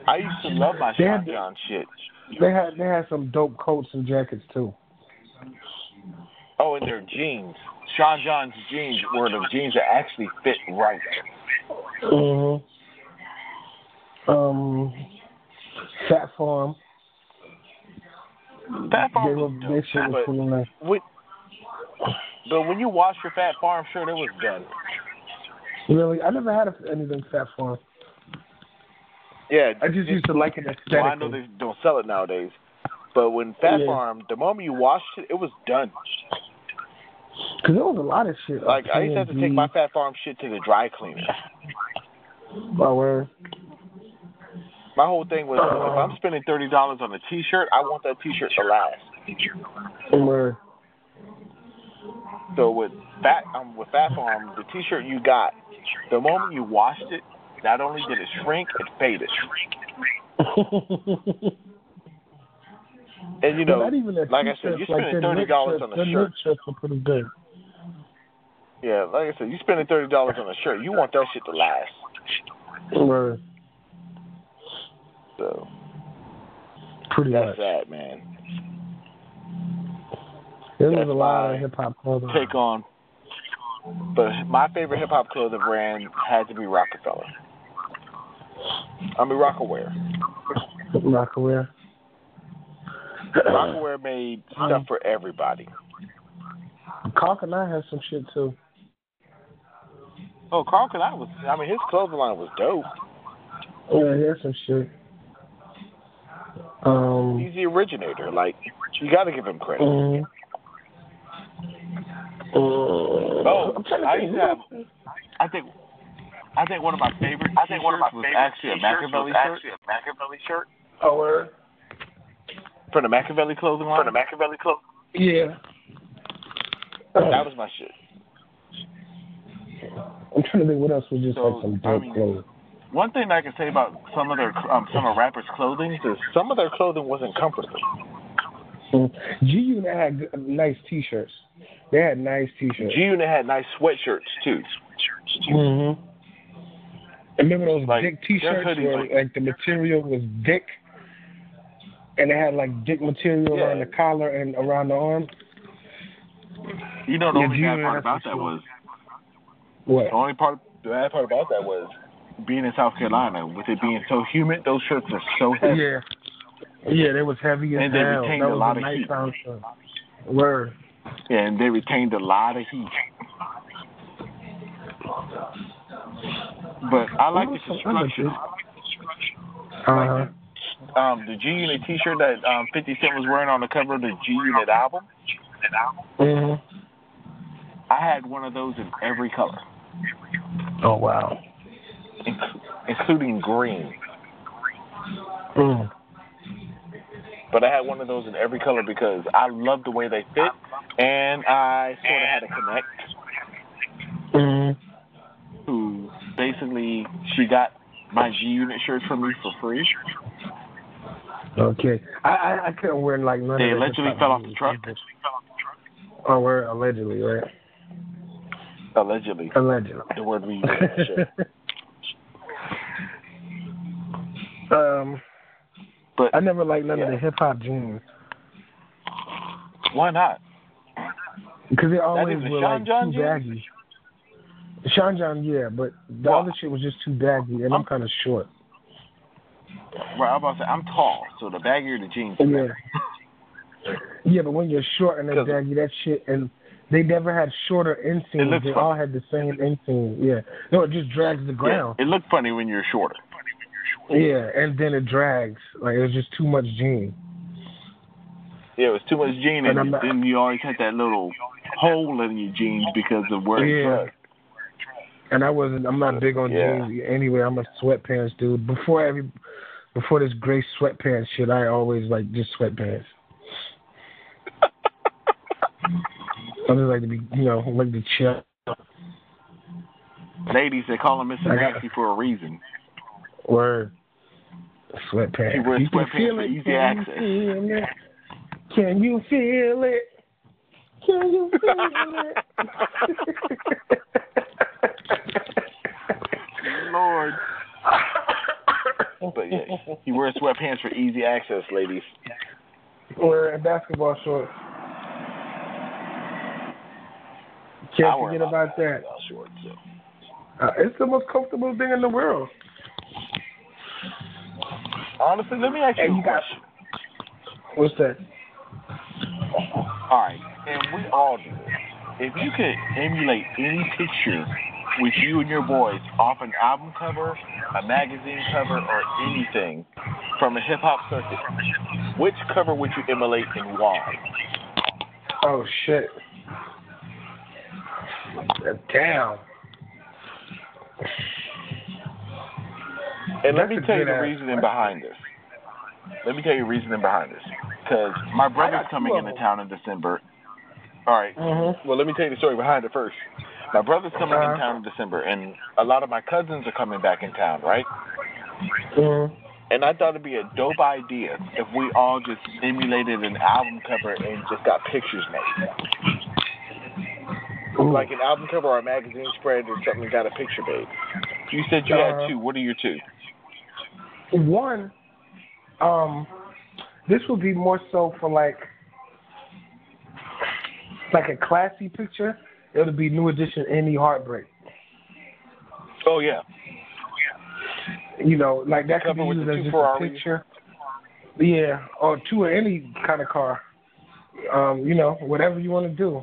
I used to love my
They
Sean
had the-
John shit.
they had they had some dope coats and jackets too.
Oh, and their jeans. Sean John's jeans were the jeans that actually fit right.
Mm-hmm. Um, Fat Farm.
Fat
They
farm
were
was
they shit
dope,
was cool enough.
but, when, but when you wash your fat farm shirt, it was done.
Really, I never had a, anything Fat Farm.
Yeah,
I just used to like it
Well, I know
aesthetically.
they don't sell it nowadays, but when Fat
Yeah.
Farm, the moment you washed it, it was done.
Cause there was a lot of shit. uh,
Like I used to have to take
Mm-hmm.
my Fat Farm shit to the dry cleaner.
my word.
My whole thing was if
Uh-huh.
I'm spending thirty dollars on a T-shirt, I want that T-shirt to last.
my word.
So with Fat um, with Fat Farm, the T-shirt you got, the moment you washed it, not only did it shrink, it faded. And you know,
not even that
like I said,
t-shirts,
you
like
spending
their
thirty dollars on
knit shirts-
a
their
shirt.
knit shirts were pretty good.
Yeah, like I said, you spending thirty dollars on a shirt, you want that shit to last.
Word.
So
Pretty
that's
much.
that, man.
There was
That's
a lot
why-
of hip hop clothing.
take on. But my favorite hip hop clothing brand had to be Rockefeller. I mean Rockaware.
Rockaware.
Rockaware made stuff for everybody.
Cock and I had some shit too.
Oh, Carl I was I mean his clothing line was dope.
Yeah, he had some shit. Um.
He's the originator. Like you gotta give him credit.
Mm,
Oh,
I'm trying to
I
think.
used to
who
have.
else-
I think. I think one of my favorite.
I think one of my
t-shirts was
favorite
actually a
t-shirts was
Machiavelli shirt
actually a Machiavelli shirt
Oh, word?
from the Machiavelli clothing line.
from the Machiavelli Club.
yeah.
that was my shit.
I'm trying to think what else was just
So,
like some
I
dope
mean-
clothes.
One thing I can say about some of their um, some of rappers' clothing is some of their clothing wasn't comfortable.
G Unit had good- nice T-shirts. They had nice T-shirts.
G Unit had nice sweatshirts too.
Mm-hmm. Remember those
Like,
dick T-shirts
their hoodies,
where
like-
like the material was dick, and it had like dick material
Yeah.
around the collar and around the arm.
You know the
Yeah,
only
G
bad
Unit
part
had
about
some
that
shit.
was
What?
the only part the bad part about that was being in South Carolina with it being so humid. Those shirts are so heavy.
Yeah. Yeah, they was heavy as
And they
hell.
retained
that
a
was
lot of heat.
nighttime shirt. Word.
and they retained a lot of heat. But I like the construction.
Uh-huh.
Um, the G Unit T-shirt that um, 50 Cent was wearing on the cover of the G Unit album.
Mm-hmm.
I had one of those in every color,
Oh wow.
inc- including green.
Mm.
But I had one of those in every color because I loved the way they fit, and I sort of had a connect
Mm.
who basically she got my G Unit shirts from me for free.
Okay. I, I I couldn't wear like none
They
of that
allegedly
stuff.
fell off the truck.
Oh, we're allegedly, right?
Allegedly,
Allegedly.
the word we use. on the show.
um,
But
I never liked none of the
Yeah.
hip hop jeans
why not?
because they always
is the
were
Sean
like
John
too
jeans?
baggy. Sean John, yeah, but the
Well,
other shit was just too baggy, and I'm,
I'm-
kind of short.
Right, I'm about to say I'm tall, so the baggier the jeans, the
Yeah.
better.
yeah, but when you're short and they're
'Cause-
baggy, that shit, and they never had shorter inseams.
looks
They
fun.
all had the same inseam. Yeah, no, it just drags the
Yeah,
ground.
it looked funny when you're shorter.
Yeah, and then it drags. Like it was just too much jean.
Yeah, it was too much jean,
And
and,
I'm not-
then you always had that little hole in your jeans because of where it
Yeah.
was.
And I wasn't. I'm not big on
Yeah.
jeans anyway. I'm a sweatpants dude. Before every, before this gray sweatpants shit, I always like just sweatpants. I just like to be, you know, like to chill.
Ladies, they call him Mr.
I got-
Nasty for a reason.
Word. Sweatpants.
He wears
you can
sweatpants
feel
for
it.
easy
Can
access.
you feel it? Can you feel it? Can you feel
Lord.
it?
But yeah, he wears sweatpants for easy access, ladies.
Or a basketball shorts. Can't
I wear
forget
my
about that.
basketball Shorts, so.
Uh, it's the most comfortable thing in the world.
Honestly, let me ask
Hey,
you
you
a
got-
question.
What's that?
All right, and we all do this. If you could emulate any picture with you and your boys off an album cover, a magazine cover, or anything from a hip hop circuit, which cover would you emulate and why?
Oh shit. Damn.
And let
That's
me
a
tell you
good
the
ass
reasoning behind this. Let me tell you the reasoning behind this. Because my brother's
got two
coming
of
into
them.
town in December. All right,
Mhm.
Well, let me tell you the story behind it first. My brother's coming
Uh-huh.
in town in December, and a lot of my cousins are coming back in town, right?
Mhm.
And I thought it'd be a dope idea if we all just emulated an album cover and just got pictures made.
Ooh.
Like an album cover or a magazine spread or something, got a picture made. You said you
Uh-huh.
had two. What are your two?
One, um, this would be more so for like like a classy picture. It'll be new edition any heartbreak.
Oh, yeah.
You know, like that could be
Cover with
used
the
as
two
just a
Ferraris.
picture. Yeah, or two or any kind of car. Um, you know, whatever you want to do.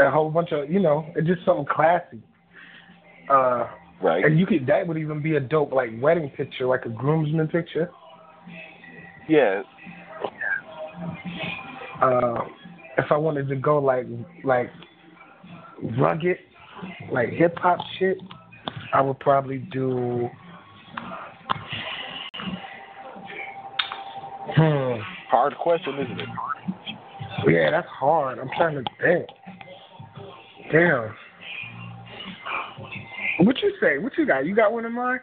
A whole bunch of, you know, it's just something classy. Uh,
Right.
and you could that would even be a dope like wedding picture, like a groomsman picture.
Yeah.
uh, if I wanted to go like like rugged, like hip hop shit, I would probably do. Hmm.
Hard question, isn't it?
Yeah, that's hard. I'm trying to think. Damn. What you say? What you got? You got one in mind?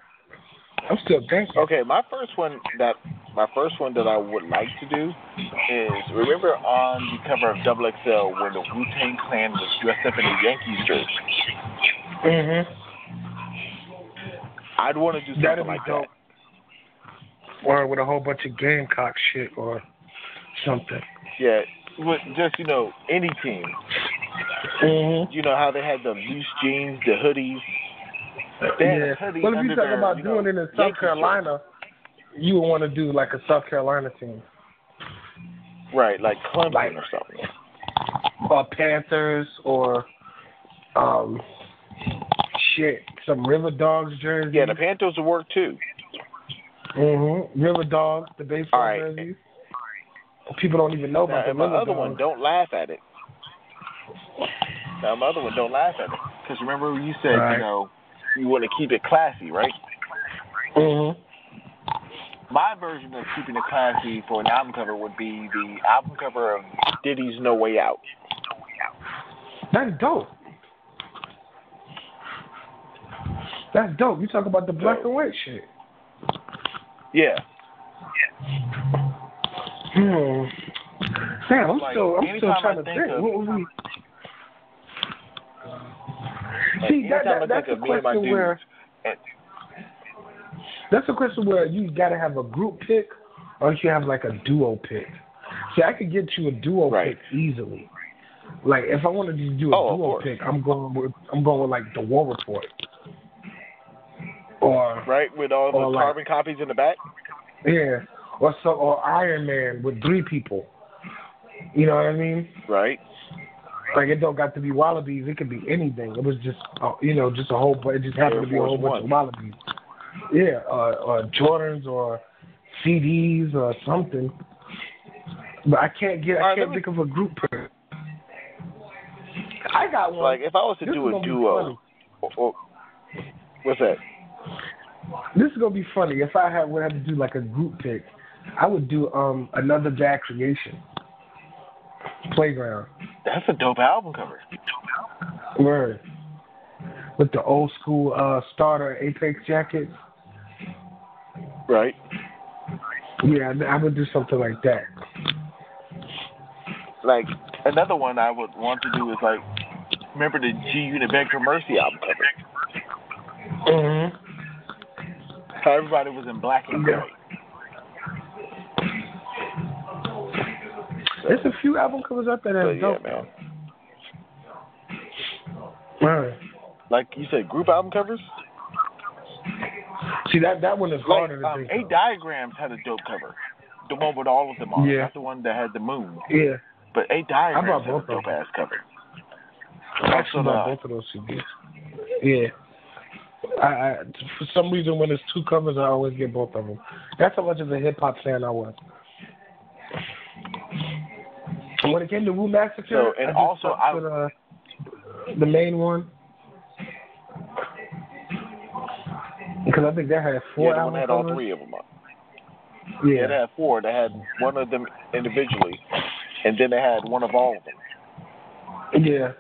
I'm still thinking.
Okay, my first one that my first one that I would like to do is remember on the cover of Double XL when the Wu Tang Clan was dressed up in a Yankees jersey.
Mm-hmm.
I'd want to do something
That'd be
like
dope. Or with a whole bunch of Gamecock shit or something.
that. Yeah, with just you know any team.
Mm-hmm.
You know how they had the loose jeans, the hoodies. They had
Yeah.
hoodies
Well, if
under
you talking
their,
about
you know,
doing it in South
Yankee shirts.
Carolina, you would want to do like a South Carolina team.
right? Like Clemson
Like-
or something.
Or Panthers or um shit, some River Dogs jersey.
Yeah, the Panthers would work too.
hmm River Dogs, the baseball
All right.
jerseys. People don't even know
Now,
about
and
the
my
River
other
Dogs.
one, don't laugh at it. Now, my other one, don't laugh at it. Because remember, you said,
Right.
you know, you want to keep it classy, right?
Mhm.
My version of keeping it classy for an album cover would be the album cover of Diddy's No Way Out.
That's dope. That's dope. You talk about the black
Dope.
and white shit.
Yeah.
Hmm. Damn, I'm
Like,
still I'm still
anytime I
trying to
think
think.
of-
what would we?
Like,
See, that,
anytime
that,
I
that's
think
a
of me and my
question
dudes,
where
and-
that's a question where you gotta have a group pick, or you have like a duo pick. See, I could get you a duo
Right.
pick easily. Like if I wanted to do a
Oh, of
duo
course.
pick, I'm going with I'm going with like the War Report. Or
right, with all the
Or like-
carbon copies in the back.
yeah, or so or Iron Man with three people. You know what I mean?
Right.
Like it don't got to be wallabies. It could be anything. It was just uh, you know just a whole bunch. It just happened
Air
to be a whole
Force
bunch of wallabies. Yeah, or, or Jordans or CDs or something. But I can't get. I
All right,
can't
let me-
think of a group. pick. I got one.
Like, if I was to
This is
do
gonna
a
be
duo,
funny.
or, or, what's that?
This is gonna be funny. If I had would have to do like a group pick, I would do um another bad creation. Playground.
That's a dope album cover.
Word. With the old school uh starter Apex jackets.
Right.
Yeah, I- I would do something like that.
like another one I would want to do is like remember the G Unit Beg for Mercy album cover?
Mm-hmm.
How everybody was in black and
Yeah.
gray.
There's a few album covers out there
So
that's
yeah,
dope.
man.
Word.
Like you said, group album covers.
See that that one is
Like
harder
um,
to
Eight
think. of.
Diagrams had a dope cover. The one with all of them on,
Yeah.
not the one that had the moon.
Yeah,
But Eight Diagrams
bought
had a
both of
dope ass cover.
I actually
Also, uh,
bought
the-
both of those CDs. Yeah. I, I for some reason when there's two covers I always get both of them. That's how much of a hip hop fan I was. And When it came to Wu Massacre,
So, and
I just
also,
fucked
I-
with, uh, the main one because I think that had four
yeah, the
album
one that had all
covers.
three of them on.
Yeah,
Yeah, they had four. They had one of them individually, and then they had one of all of them.
Yeah.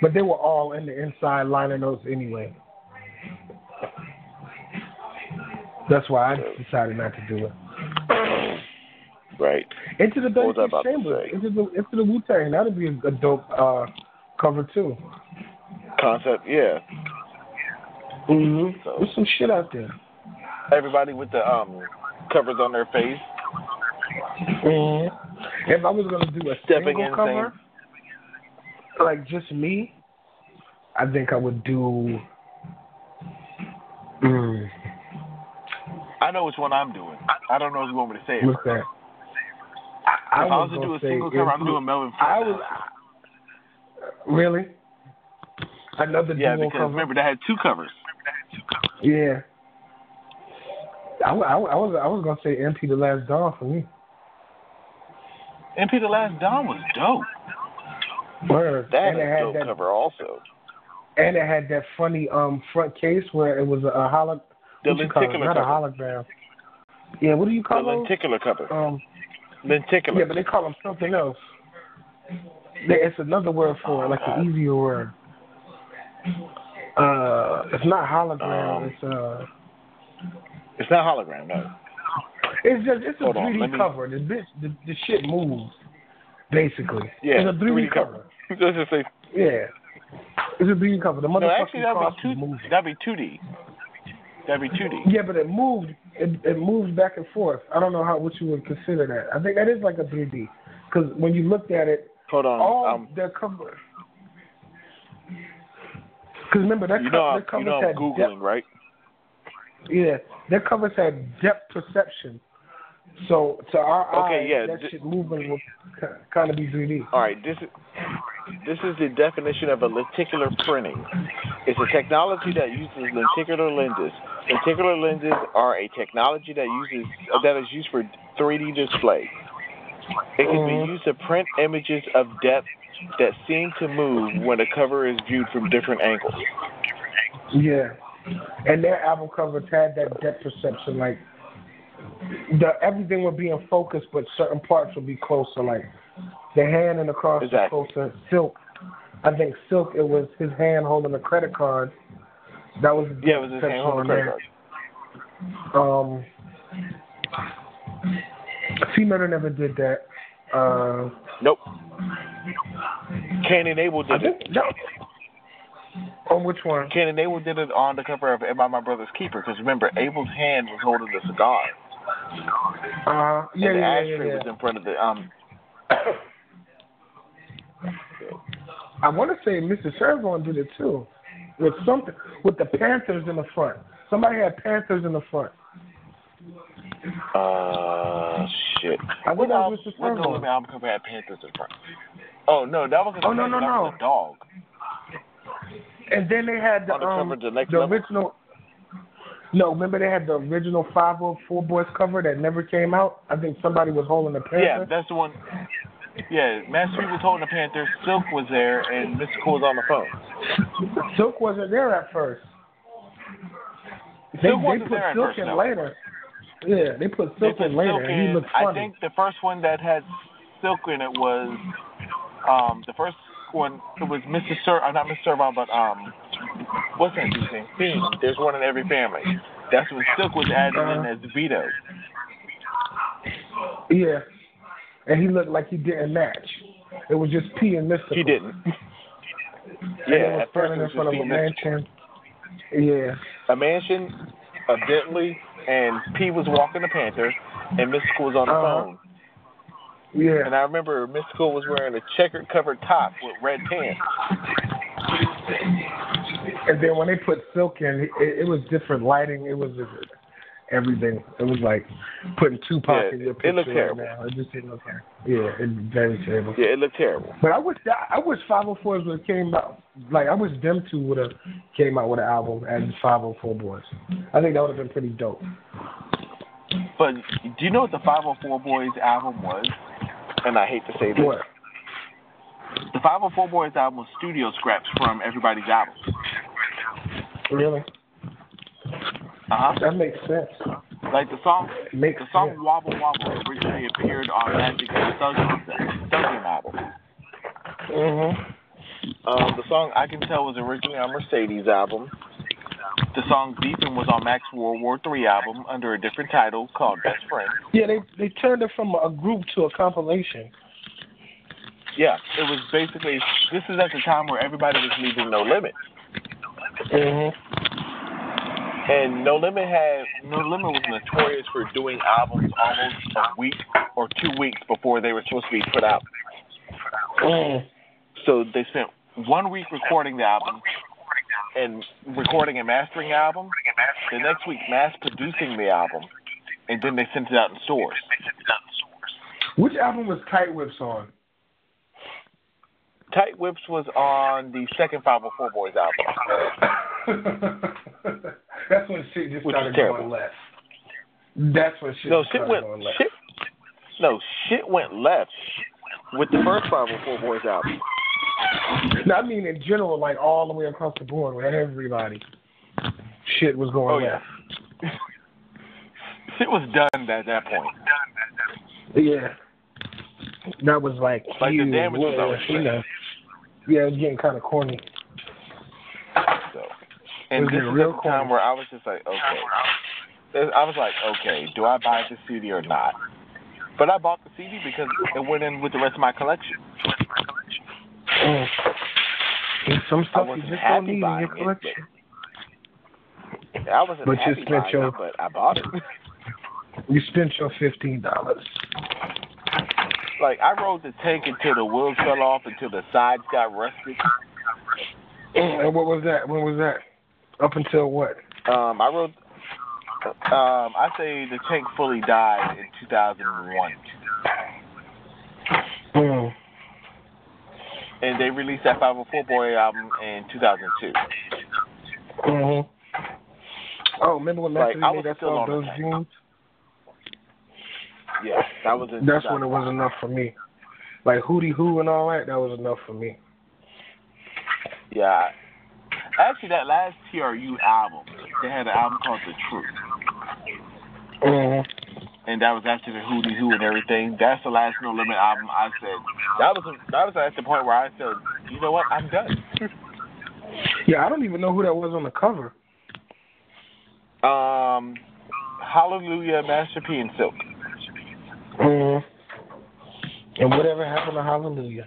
But they were all in the inside liner notes anyway. That's why I decided not to do it.
Right.
Into the
What was I
Benedict
about to
Chambers.
say?
Into the into the Wu Tang. That'd be a dope uh, cover too.
Concept. Yeah.
Mm-hmm.
So-
There's some shit out there.
Everybody with the um covers on their face.
Mm-hmm. If I was gonna do a
Stepping
single
in
cover, like just me, I think I would do. Mm,
I know which one I'm doing. I don't know if you want me to say it.
what's
first.
that? I,
if I was to do a single cover, I'm doing Melvin.
I
Flint.
was really another
Yeah,
duo
because
cover.
remember they had two covers.
Yeah, I, wa- I, wa- I was I was gonna say MP the Last Dawn for me.
MP The Last Don was dope.
Word.
That
and it
is
had
dope
that,
cover also.
and it had that funny um front case where it was a, a holo.
The
what you call it?
lenticular
Not a
cover.
hologram. Yeah, what do you
The
call those?
lenticular cover.
Um,
Lenticular.
yeah, but they call them something else. There- It's another word for it, like an easier word. Uh, it's not hologram.
Um,
it's uh,
It's not hologram, no.
it's just it's a
hold on,
3D
let me-
cover. The bitch, the, the shit moves, basically.
Yeah,
it's a 3D,
3D cover. Let's just say,
Yeah, it's a 3D cover. The motherfucking
no, actually,
cross
that'd
is
be, two,
moving.
that'd be 2D. That'd be 2D.
Yeah, but it moved. It, it moved back and forth. I don't know how what you would consider that. I think that is like a 3D because when you looked at it,
Hold
all
on. Um,
their cover. Because remember that
you
co-
know, I'm,
their
you
covers
know I'm
had
Googling, right?
depth. Yeah, their covers had depth perception. So to our
Okay,
eyes,
yeah,
that
th-
shit moving would kind of be 3D.
All right, this is this is the definition of a lenticular printing. It's a technology that uses lenticular lenses. Lenticular lenses are a technology that uses that is used for 3D display. It can
Mhm.
be used to print images of depth that seem to move when a cover is viewed from different angles.
Yeah, and their album covers had that depth perception. Like the everything would be in focus, but certain parts would be closer. Like the hand and the cross
Exactly.
was closer. Silk, I think Silk. It was his hand holding a credit card. That was
Yeah, it was his hand
perception
on the
on
credit card.
there. Um, C Murder Um, never did that. Uh,
Nope. Cain and Abel
I
did it.
think no. On which one?
Cain and Abel did it on the cover of Am I My Brother's Keeper? Because remember, Abel's hand was holding the cigar.
Uh, yeah,
and the
yeah, yeah,
ashtray
yeah.
was in front of the um
I want to say Mr. Servon did it too, with something with the Panthers in the front. Somebody had Panthers in the front.
uh shit.
I think
What
that
album,
was Mr.
what Golden
Servon.
album cover had Panthers in front? Oh no, that wasn't. a
Oh, no, no,
panther, that
no.
was a dog.
And then they had the
On the
um,
cover of the next
the
level.
original. No, remember they had the original 504 Boys cover that never came out. I think somebody was holding the
Yeah,
Panther.
that's the one. Yeah, Master P was holding the Panther. Silk was there, and Mr. Cool was on the phone.
Silk wasn't there at first. They,
Silk
they
wasn't
put
there at
Silk
first,
in
no.
later. Yeah, they put
They
Silk
put
in later,
Silk
and he
in.
looked
I
funny.
think the first one that had Silk in it was um the first one. It was Mr. Sir, uh, not Mr. Servon, but um what's that dude's name? Fiend. There's one in every family. That's when Silk was added
Uh-huh.
in as Vito.
Yeah. And he looked like he didn't match. It was just P and Mystical.
He didn't.
And they
Yeah,
was
at first
standing
it
in front
was just
of a
Pete Mitchell.
mansion. Yeah.
a mansion of Dentley, and P was walking the Panther, and Mystical was on the
Uh-huh.
phone. And
Yeah.
I remember Mystical was wearing a checkered covered top with red pants.
And then when they put Silk in, it, it was different lighting. It was different everything. It was like putting Tupac
Yeah,
in your
it
picture
looked
right
terrible.
now. It just didn't look terrible. Yeah, it's very terrible.
Yeah, it looked terrible.
But I wish that, I wish 504s would have came out. Like I wish them two would have came out with an album as 504 Boys. I think that would have been pretty dope.
But do you know what the 504 Boys album was? And I hate to say this.
What?
The 504 Boys album was studio scraps from everybody's album.
Really?
Uh huh.
That makes sense.
Like the song,
It makes
the song
sense.
Wobble Wobble originally appeared on Magic and Thug's Thug's album.
Mhm.
Um, the song I Can Tell was originally on Mercedes album. The song Beepin' was on Max World War III album under a different title called Best Friend.
Yeah, they they turned it from a group to a compilation.
Yeah, it was basically this is at the time where everybody was leaving No Limit,
Mhm.
and No Limit had No Limit was notorious for doing albums almost a week or two weeks before they were supposed to be put out.
Mm.
So they spent one week recording the album and recording and mastering the album. The next week, mass producing the album, and then they sent it out in stores.
Which album was Tight Whips on?
Tight Whips was on the second 504 Boys album.
That's when shit just
Which
started
is terrible.
going left. That's when shit
No,
just
shit
started
went
going left.
shit. No, shit went left with the first 504 Boys album.
No, I mean in general, like all the way across the board with everybody. Shit was going
Oh
on.
yeah. Shit was done at that point.
Yeah. That was like,
Like, the
huge,
damage was
well,
already
you
done.
know. Yeah, it was getting kind of corny.
So, and
Was
this
it
is at
real
the time
corny?
where I was just like, okay. There's- I was like, okay, do I buy the CD or not? But I bought the CD because it went in with the rest of my collection.
Mm. There's some stuff you
wasn't
just
happy
don't need in
buying
your
it,
collection.
I wasn't
But you
happy
spent
buying
your-
it, but I bought it.
You spent your fifteen dollars.
Like I rode the tank until the wheels fell off, until the sides got rusted.
And what was that? When was that? Up until what?
Um, I rode. Um, I say the tank fully died in 2001,
Mm.
and they released that 504 Boy album in 2002.
hmm Oh, remember when
Like,
Methodist
I was
made that
still
song
on the
Those
tank.
Jeans?
Yeah, that was in.
That's when it was enough for me. Like Hootie Hoo and all that, that was enough for me.
Yeah. Actually, that last TRU album, they had an album called The Truth.
Mm-hmm.
and that was after the Hootie Hoo and everything. That's the last No Limit album. I said that was that was at the point where I said, you know what, I'm done.
Yeah, I don't even know who that was on the cover.
Um, Hallelujah, Master P and Silk.
Mm-hmm. And whatever happened to Hallelujah?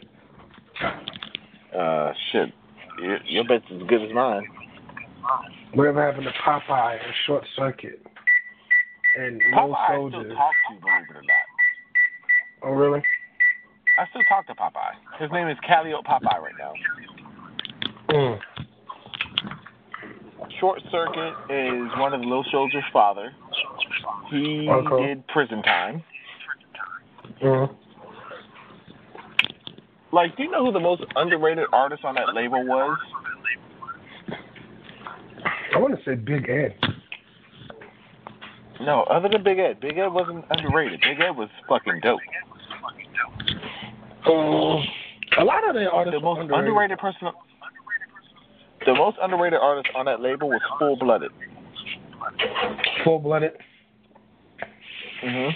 Uh, shit, your, your bet's as good as mine.
Whatever happened to Popeye and Short Circuit? And No
Popeye I still
Soldier?
talk to, believe it or not.
Oh, really?
I still talk to Popeye. His name is Calio Popeye right now.
Mm.
Short Circuit is one of the Little Soldier's father. He
Okay.
did prison time.
Mm.
Like, do you know who the most underrated artist on that label was?
I want to say Big Ed.
No, other than Big Ed. Big Ed wasn't underrated. Big Ed was fucking dope.
Mm. A lot of their artists
The most
are
underrated, person. The most underrated artist on that label was Full Blooded.
Full blooded.
hmm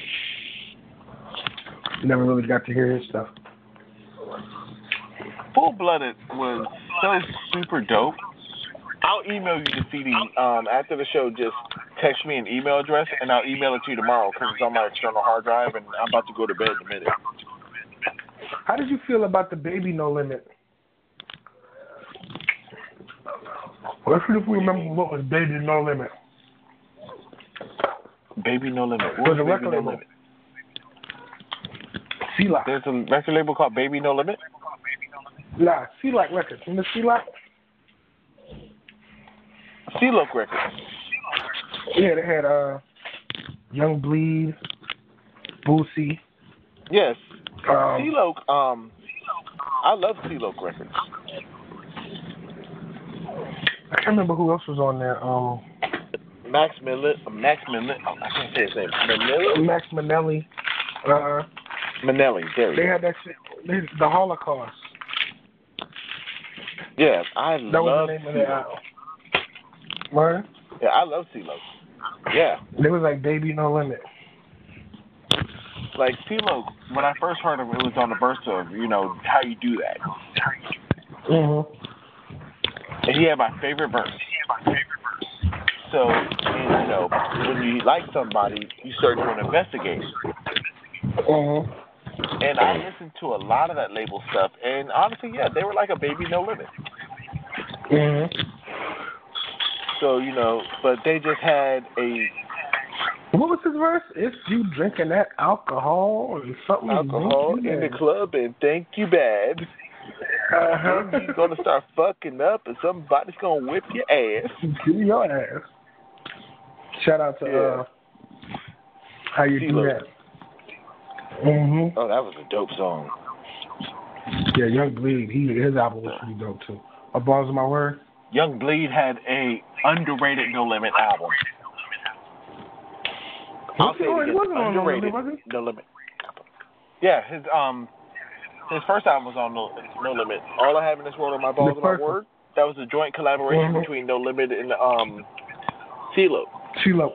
Never really got to hear his stuff.
Full Blooded was so super dope. I'll email you the CD um, after the show. Just text me an email address, and I'll email it to you tomorrow because it's on my external hard drive, and I'm about to go to bed in a minute.
How did you feel about the baby No Limit? Let's see if we remember what was Baby No Limit.
Baby No Limit.
Was
What
it
was
record
Baby No
label?
Limit?
C-Lock.
There's a record label called Baby No Limit.
Nah, C-Lock Records. Remember C-Lock?
Sea Look Records.
Yeah, they had uh, Young Bleed, Boosie.
Yes,
Um,
CeeLo, um, I love CeeLo records.
I can't remember who else was on there. Um,
Max Miller, uh, Max Miller, oh, I can't say his name. Manila,
Max Manelli. Uh,
Manelli. There
they
you go.
had that shit. They, the Holocaust.
Yeah, I
That was
love.
the name of the
CeeLo.
album. What?
Yeah, I love CeeLo. Yeah,
They was like Baby No Limit.
like CeeLo. When I first heard him, it was on the verse of you know how you do that,
Mm-hmm.
and he had my favorite verse. So and, you know when you like somebody, you start doing investigation.
Mm-hmm.
And I listened to a lot of that label stuff, and honestly, yeah, they were like a baby no limit.
Mm-hmm.
So you know, but they just had a
What was his verse? If you drinking that alcohol and
Mm-hmm.
something,
alcohol
you
in the
drink,
club and thank you bad.
uh-huh.
You're gonna start fucking up and somebody's gonna whip your ass.
Give me your ass. Shout out to
Yeah.
uh, how you do
CeeLo.
that. Mm-hmm.
Oh, that was a dope song.
Yeah, Young Bleed. He his album was pretty dope too. A balls of my word.
Young Bleed had a underrated No Limit album. I'll
Was he
say it
on- he
again.
wasn't on No Limit,
underrated
was he?
No Limit. Yeah, his um his first album was on No Limit. No Limit. All I have in this world are my balls
The
and my
first-
word. That was a joint collaboration
Mhm.
between No Limit and um, CeeLo.
CeeLo.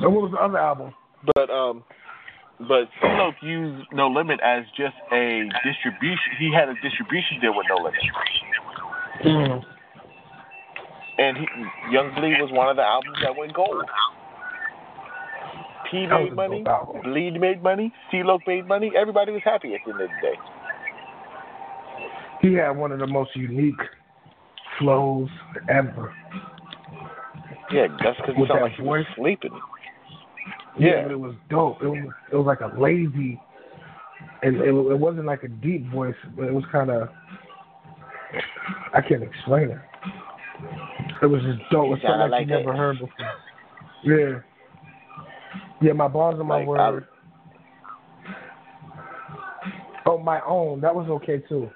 And what was the other album?
But um, but CeeLo used No Limit as just a distribution. He had a distribution deal with No Limit,
Mm.
and he, Young Bleed was one of the albums that went gold. P
That was
made
a
money,
dope album.
Bleed made money, CeeLo made money. Everybody was happy at the end of the day.
He had one of the most unique flows ever.
Yeah, that's because he
With that
sounded like he was
voice.
sleeping.
Yeah,
Yeah.
but it was dope. It was it was like a lazy, and it, it wasn't like a deep voice, but it was kind of I can't explain it. It was just dope. It
You sounded
sounded like you
like
never
that.
heard before. Yeah, yeah. My balls and my
Like, I-
word. Oh, my own. That was okay too.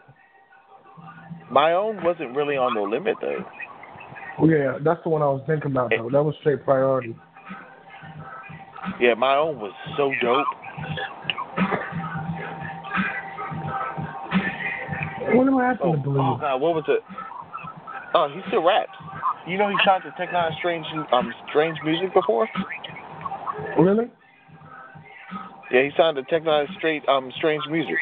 My own wasn't really on the limit though.
Yeah, that's the one I was thinking about though. That was straight priority.
Yeah, my own was so dope.
What am I asking
Oh,
to believe?
oh god, what was it? Oh, he still raps. You know he signed to Tech Nine Strange um Strange Music before?
Really?
Yeah, he signed to Tech Nine Straight um Strange Music.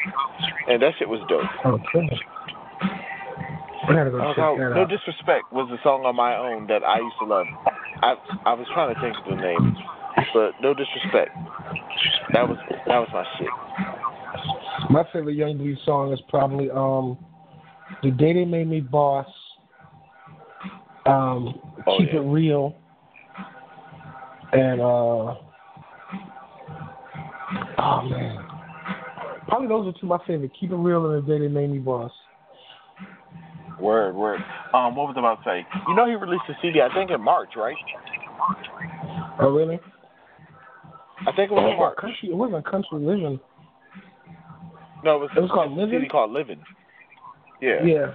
And that shit was dope.
Okay. Oh, I gotta go
Oh,
check
God,
that
no
out.
disrespect was a song on my own that I used to love. I I was trying to think of the name. But no disrespect. That was that was my shit.
My favorite Young Bleed song is probably um The Day They Made Me Boss. Um
Oh,
Keep
yeah.
It Real. And uh Oh man. Probably those are two of my favorite. Keep It Real and The Day They Made Me Boss.
Word, word. Um, what was I about to say? You know he released a CD I think in March, right?
Oh really?
I think it was in March.
country it wasn't country living.
No, it was,
It was called
a
Livin'?
CD called Living. Yeah. yeah.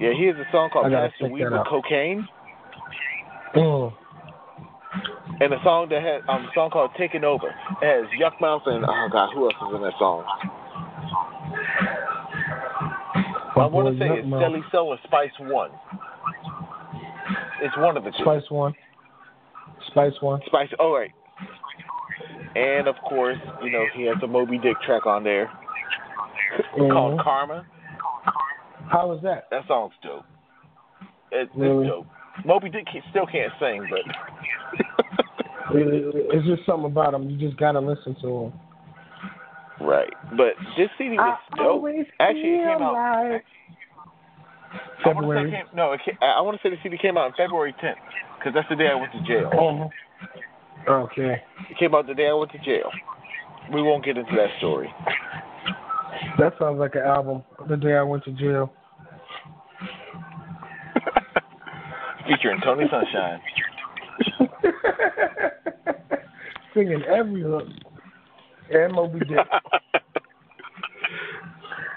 Yeah.
he has a song called
I gotta
Pass the
check
Weed
that
with
out.
Cocaine
Mm.
and a song that had um a song called Taking Over. It has Yuck Mouth and oh god, who else is in that song?
My
I wanna
boy,
say it's
Nutmeg.
Deli Cell or Spice One. It's one of the two.
Spice One. Spice One.
Spice all right. And of course, you know, he has a Moby Dick track on there called
Mhm.
Karma.
Mm-hmm. How was that?
That song's dope. It,
Really?
It's dope. Moby Dick can, still can't sing, but
It- it- It's just something about him. You just gotta listen to him.
right. But this CD was dope. Actually, it came out. I wanna say it
February.
came, no, it came, I want to say the CD came out on February 10th, because that's the day I went to jail.
Mhm. Okay,
It came out the day I went to jail. We won't get into that story.
that sounds like an album. The day I went to jail.
Featuring Tony Sunshine.
Singing every hook. And Moby Dick.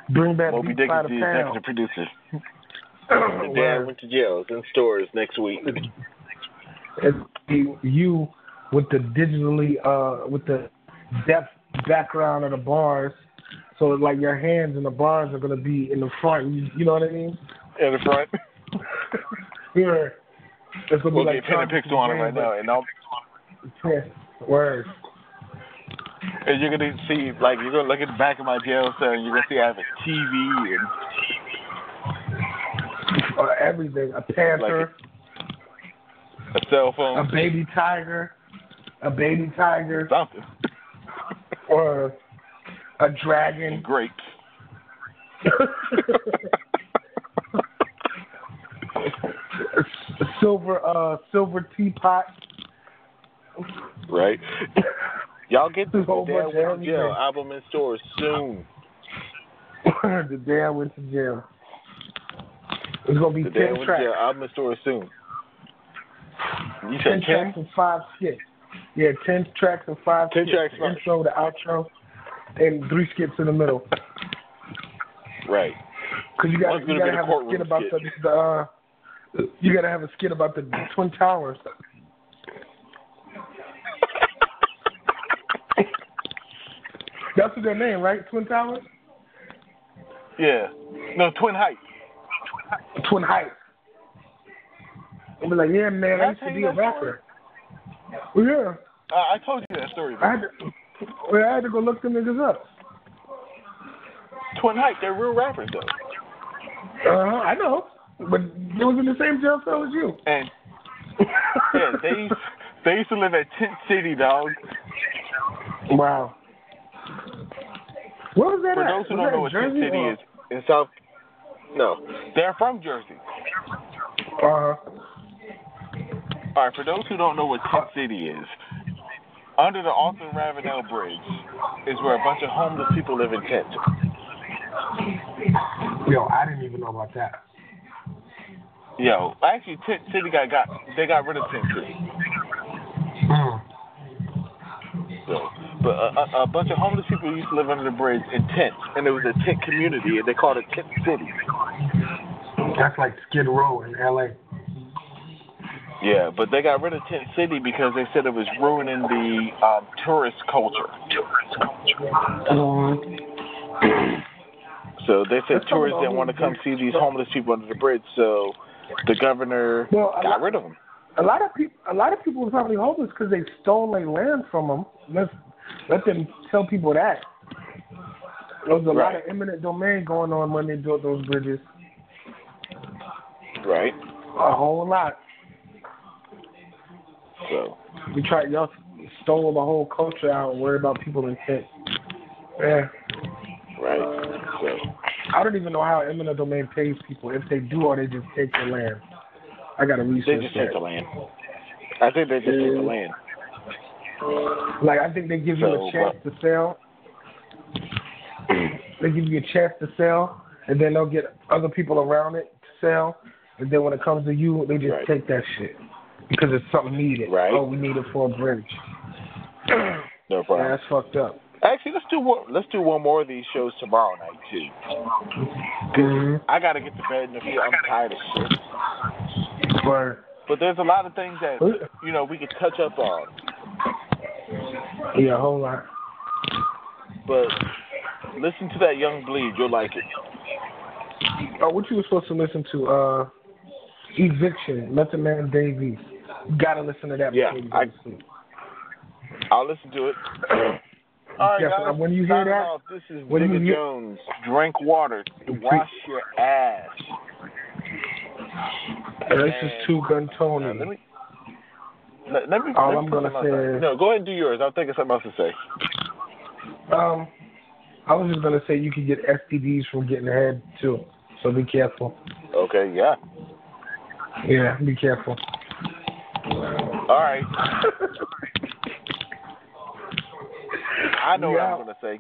Bring back
Moby
Beats
Dick
by
is
the
the
pound.
executive producer. The day I went to jail is in stores next week.
It's you- you with the digitally uh with the depth background of the bars. So it's like your hands and the bars are gonna be in the front. You, you know what I mean?
In the front.
Yeah. It's gonna
We'll
be like
get pen and pixel on it right now, and I'll
Yeah. Word.
And you're gonna see, like, you're gonna look at the back of my jail cell, and you're gonna see I have a TV and
Uh, everything. A panther,
a cell
a
phone,
baby tiger, a baby tiger,
something,
or a
and
dragon.
grapes.
a silver uh silver teapot.
right? Y'all get this
There's a whole
Dad
bunch of
Went to Jail
everything.
album in stores soon.
the day I went to jail. It's gonna be
The Dad
ten
Went to Jail
tracks.
album in stores soon. You
Ten
said
tracks and five skits. Yeah, ten tracks and five
10
skits.
tracks,
The
right.
intro, the outro, and three skits in the middle.
Right.
Cause you got
One's
you gotta
gonna be the
have a
courtroom
skit about
skit.
the, the uh, you gotta have a skit about the twin towers. That's their name, right? Twin Towers?
Yeah. No, Twin Heights.
Twin Heights. And be like, yeah, man, I used to be a rapper. Well, yeah.
I, I told you that story.
I
Man.
had to, well, I had to go look them niggas up.
Twin Heights, they're real rappers though.
Uh, I know. But they was in the same jail cell as you.
And yeah, they used, they used to live at Tent City, dog.
Wow. Where was that
For
at?
those
Was
who don't
that
know what
in
Tent
Jersey
City
or-
is,
In South. No.
they're from Jersey.
Uh-huh.
All right, for those who don't know what Tent City is, under the Austin Ravenel Bridge is where a bunch of homeless people live in tents.
Yo, I didn't even know about that.
Yo, actually, Tent City got, got they got rid of Tent City.
Mm.
So, but a, a, a bunch of homeless people used to live under the bridge in tents, and it was a tent community, and they called it Tent City.
That's like Skid Row in L.A.
Yeah, but they got rid of Tent City because they said it was ruining the um, tourist culture. So they said
That's
tourists
all
didn't want to come see these homeless people under the bridge, so the governor
Well, a
got
lot-
rid of them.
A lot of people, a lot of people were probably homeless because they stole their land from them. Let's let them tell people that. There was a lot of
Right.
eminent domain going on when they built those bridges.
Right.
A whole lot.
So
You tried, y'all stole the whole culture out and worried about people in tents. Yeah,
right. So
I don't even know how eminent domain pays people. If they do, or they just take their land. I gotta
they
research
just
that.
take the land. I think they just take the land.
Like I think they give you
So,
a chance to sell. They give you a chance to sell, and then they'll get other people around it to sell. And then when it comes to you, they just
Right.
take that shit because it's something needed.
Right.
Oh, we need it for a bridge.
No
Yeah,
problem.
that's fucked up.
Actually, let's do one. Let's do one more of these shows tomorrow night too.
mm
I gotta get to bed in a few. I'm tired of shit.
But
But there's a lot of things that you know we could touch up on.
yeah, a whole lot.
But listen to that Young Bleed. You'll like it.
Oh, what you were supposed to listen to? Uh, Eviction, Method Man Davies. You gotta listen to that.
Yeah,
before you go
I-
to sleep.
I'll listen to it. All right,
Yes,
guys.
when you hear
signing
that-
off. this is
when you
Digga
hear-
Jones. Drink water. Wash your ass.
Yeah, this is Two Gun Tony.
Now, uh, let me. Let, let me
All
let
I'm
me
gonna
put something else
say
out.
is-
No, go ahead and do yours. I'm thinking something else to say.
Um, I was just gonna say you could get STDs from getting head too, so be careful.
Okay, yeah.
Yeah, be careful.
All right. I know
Yeah.
what I'm going to say.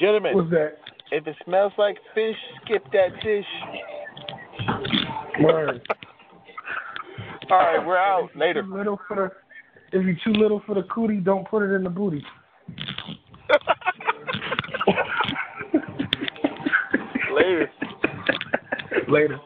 Gentlemen,
What's that
if it smells like fish, skip that dish.
word?
All right, we're out. Later.
Too little for the. If you're too little for the cootie, don't put it in the booty.
Later.
Later.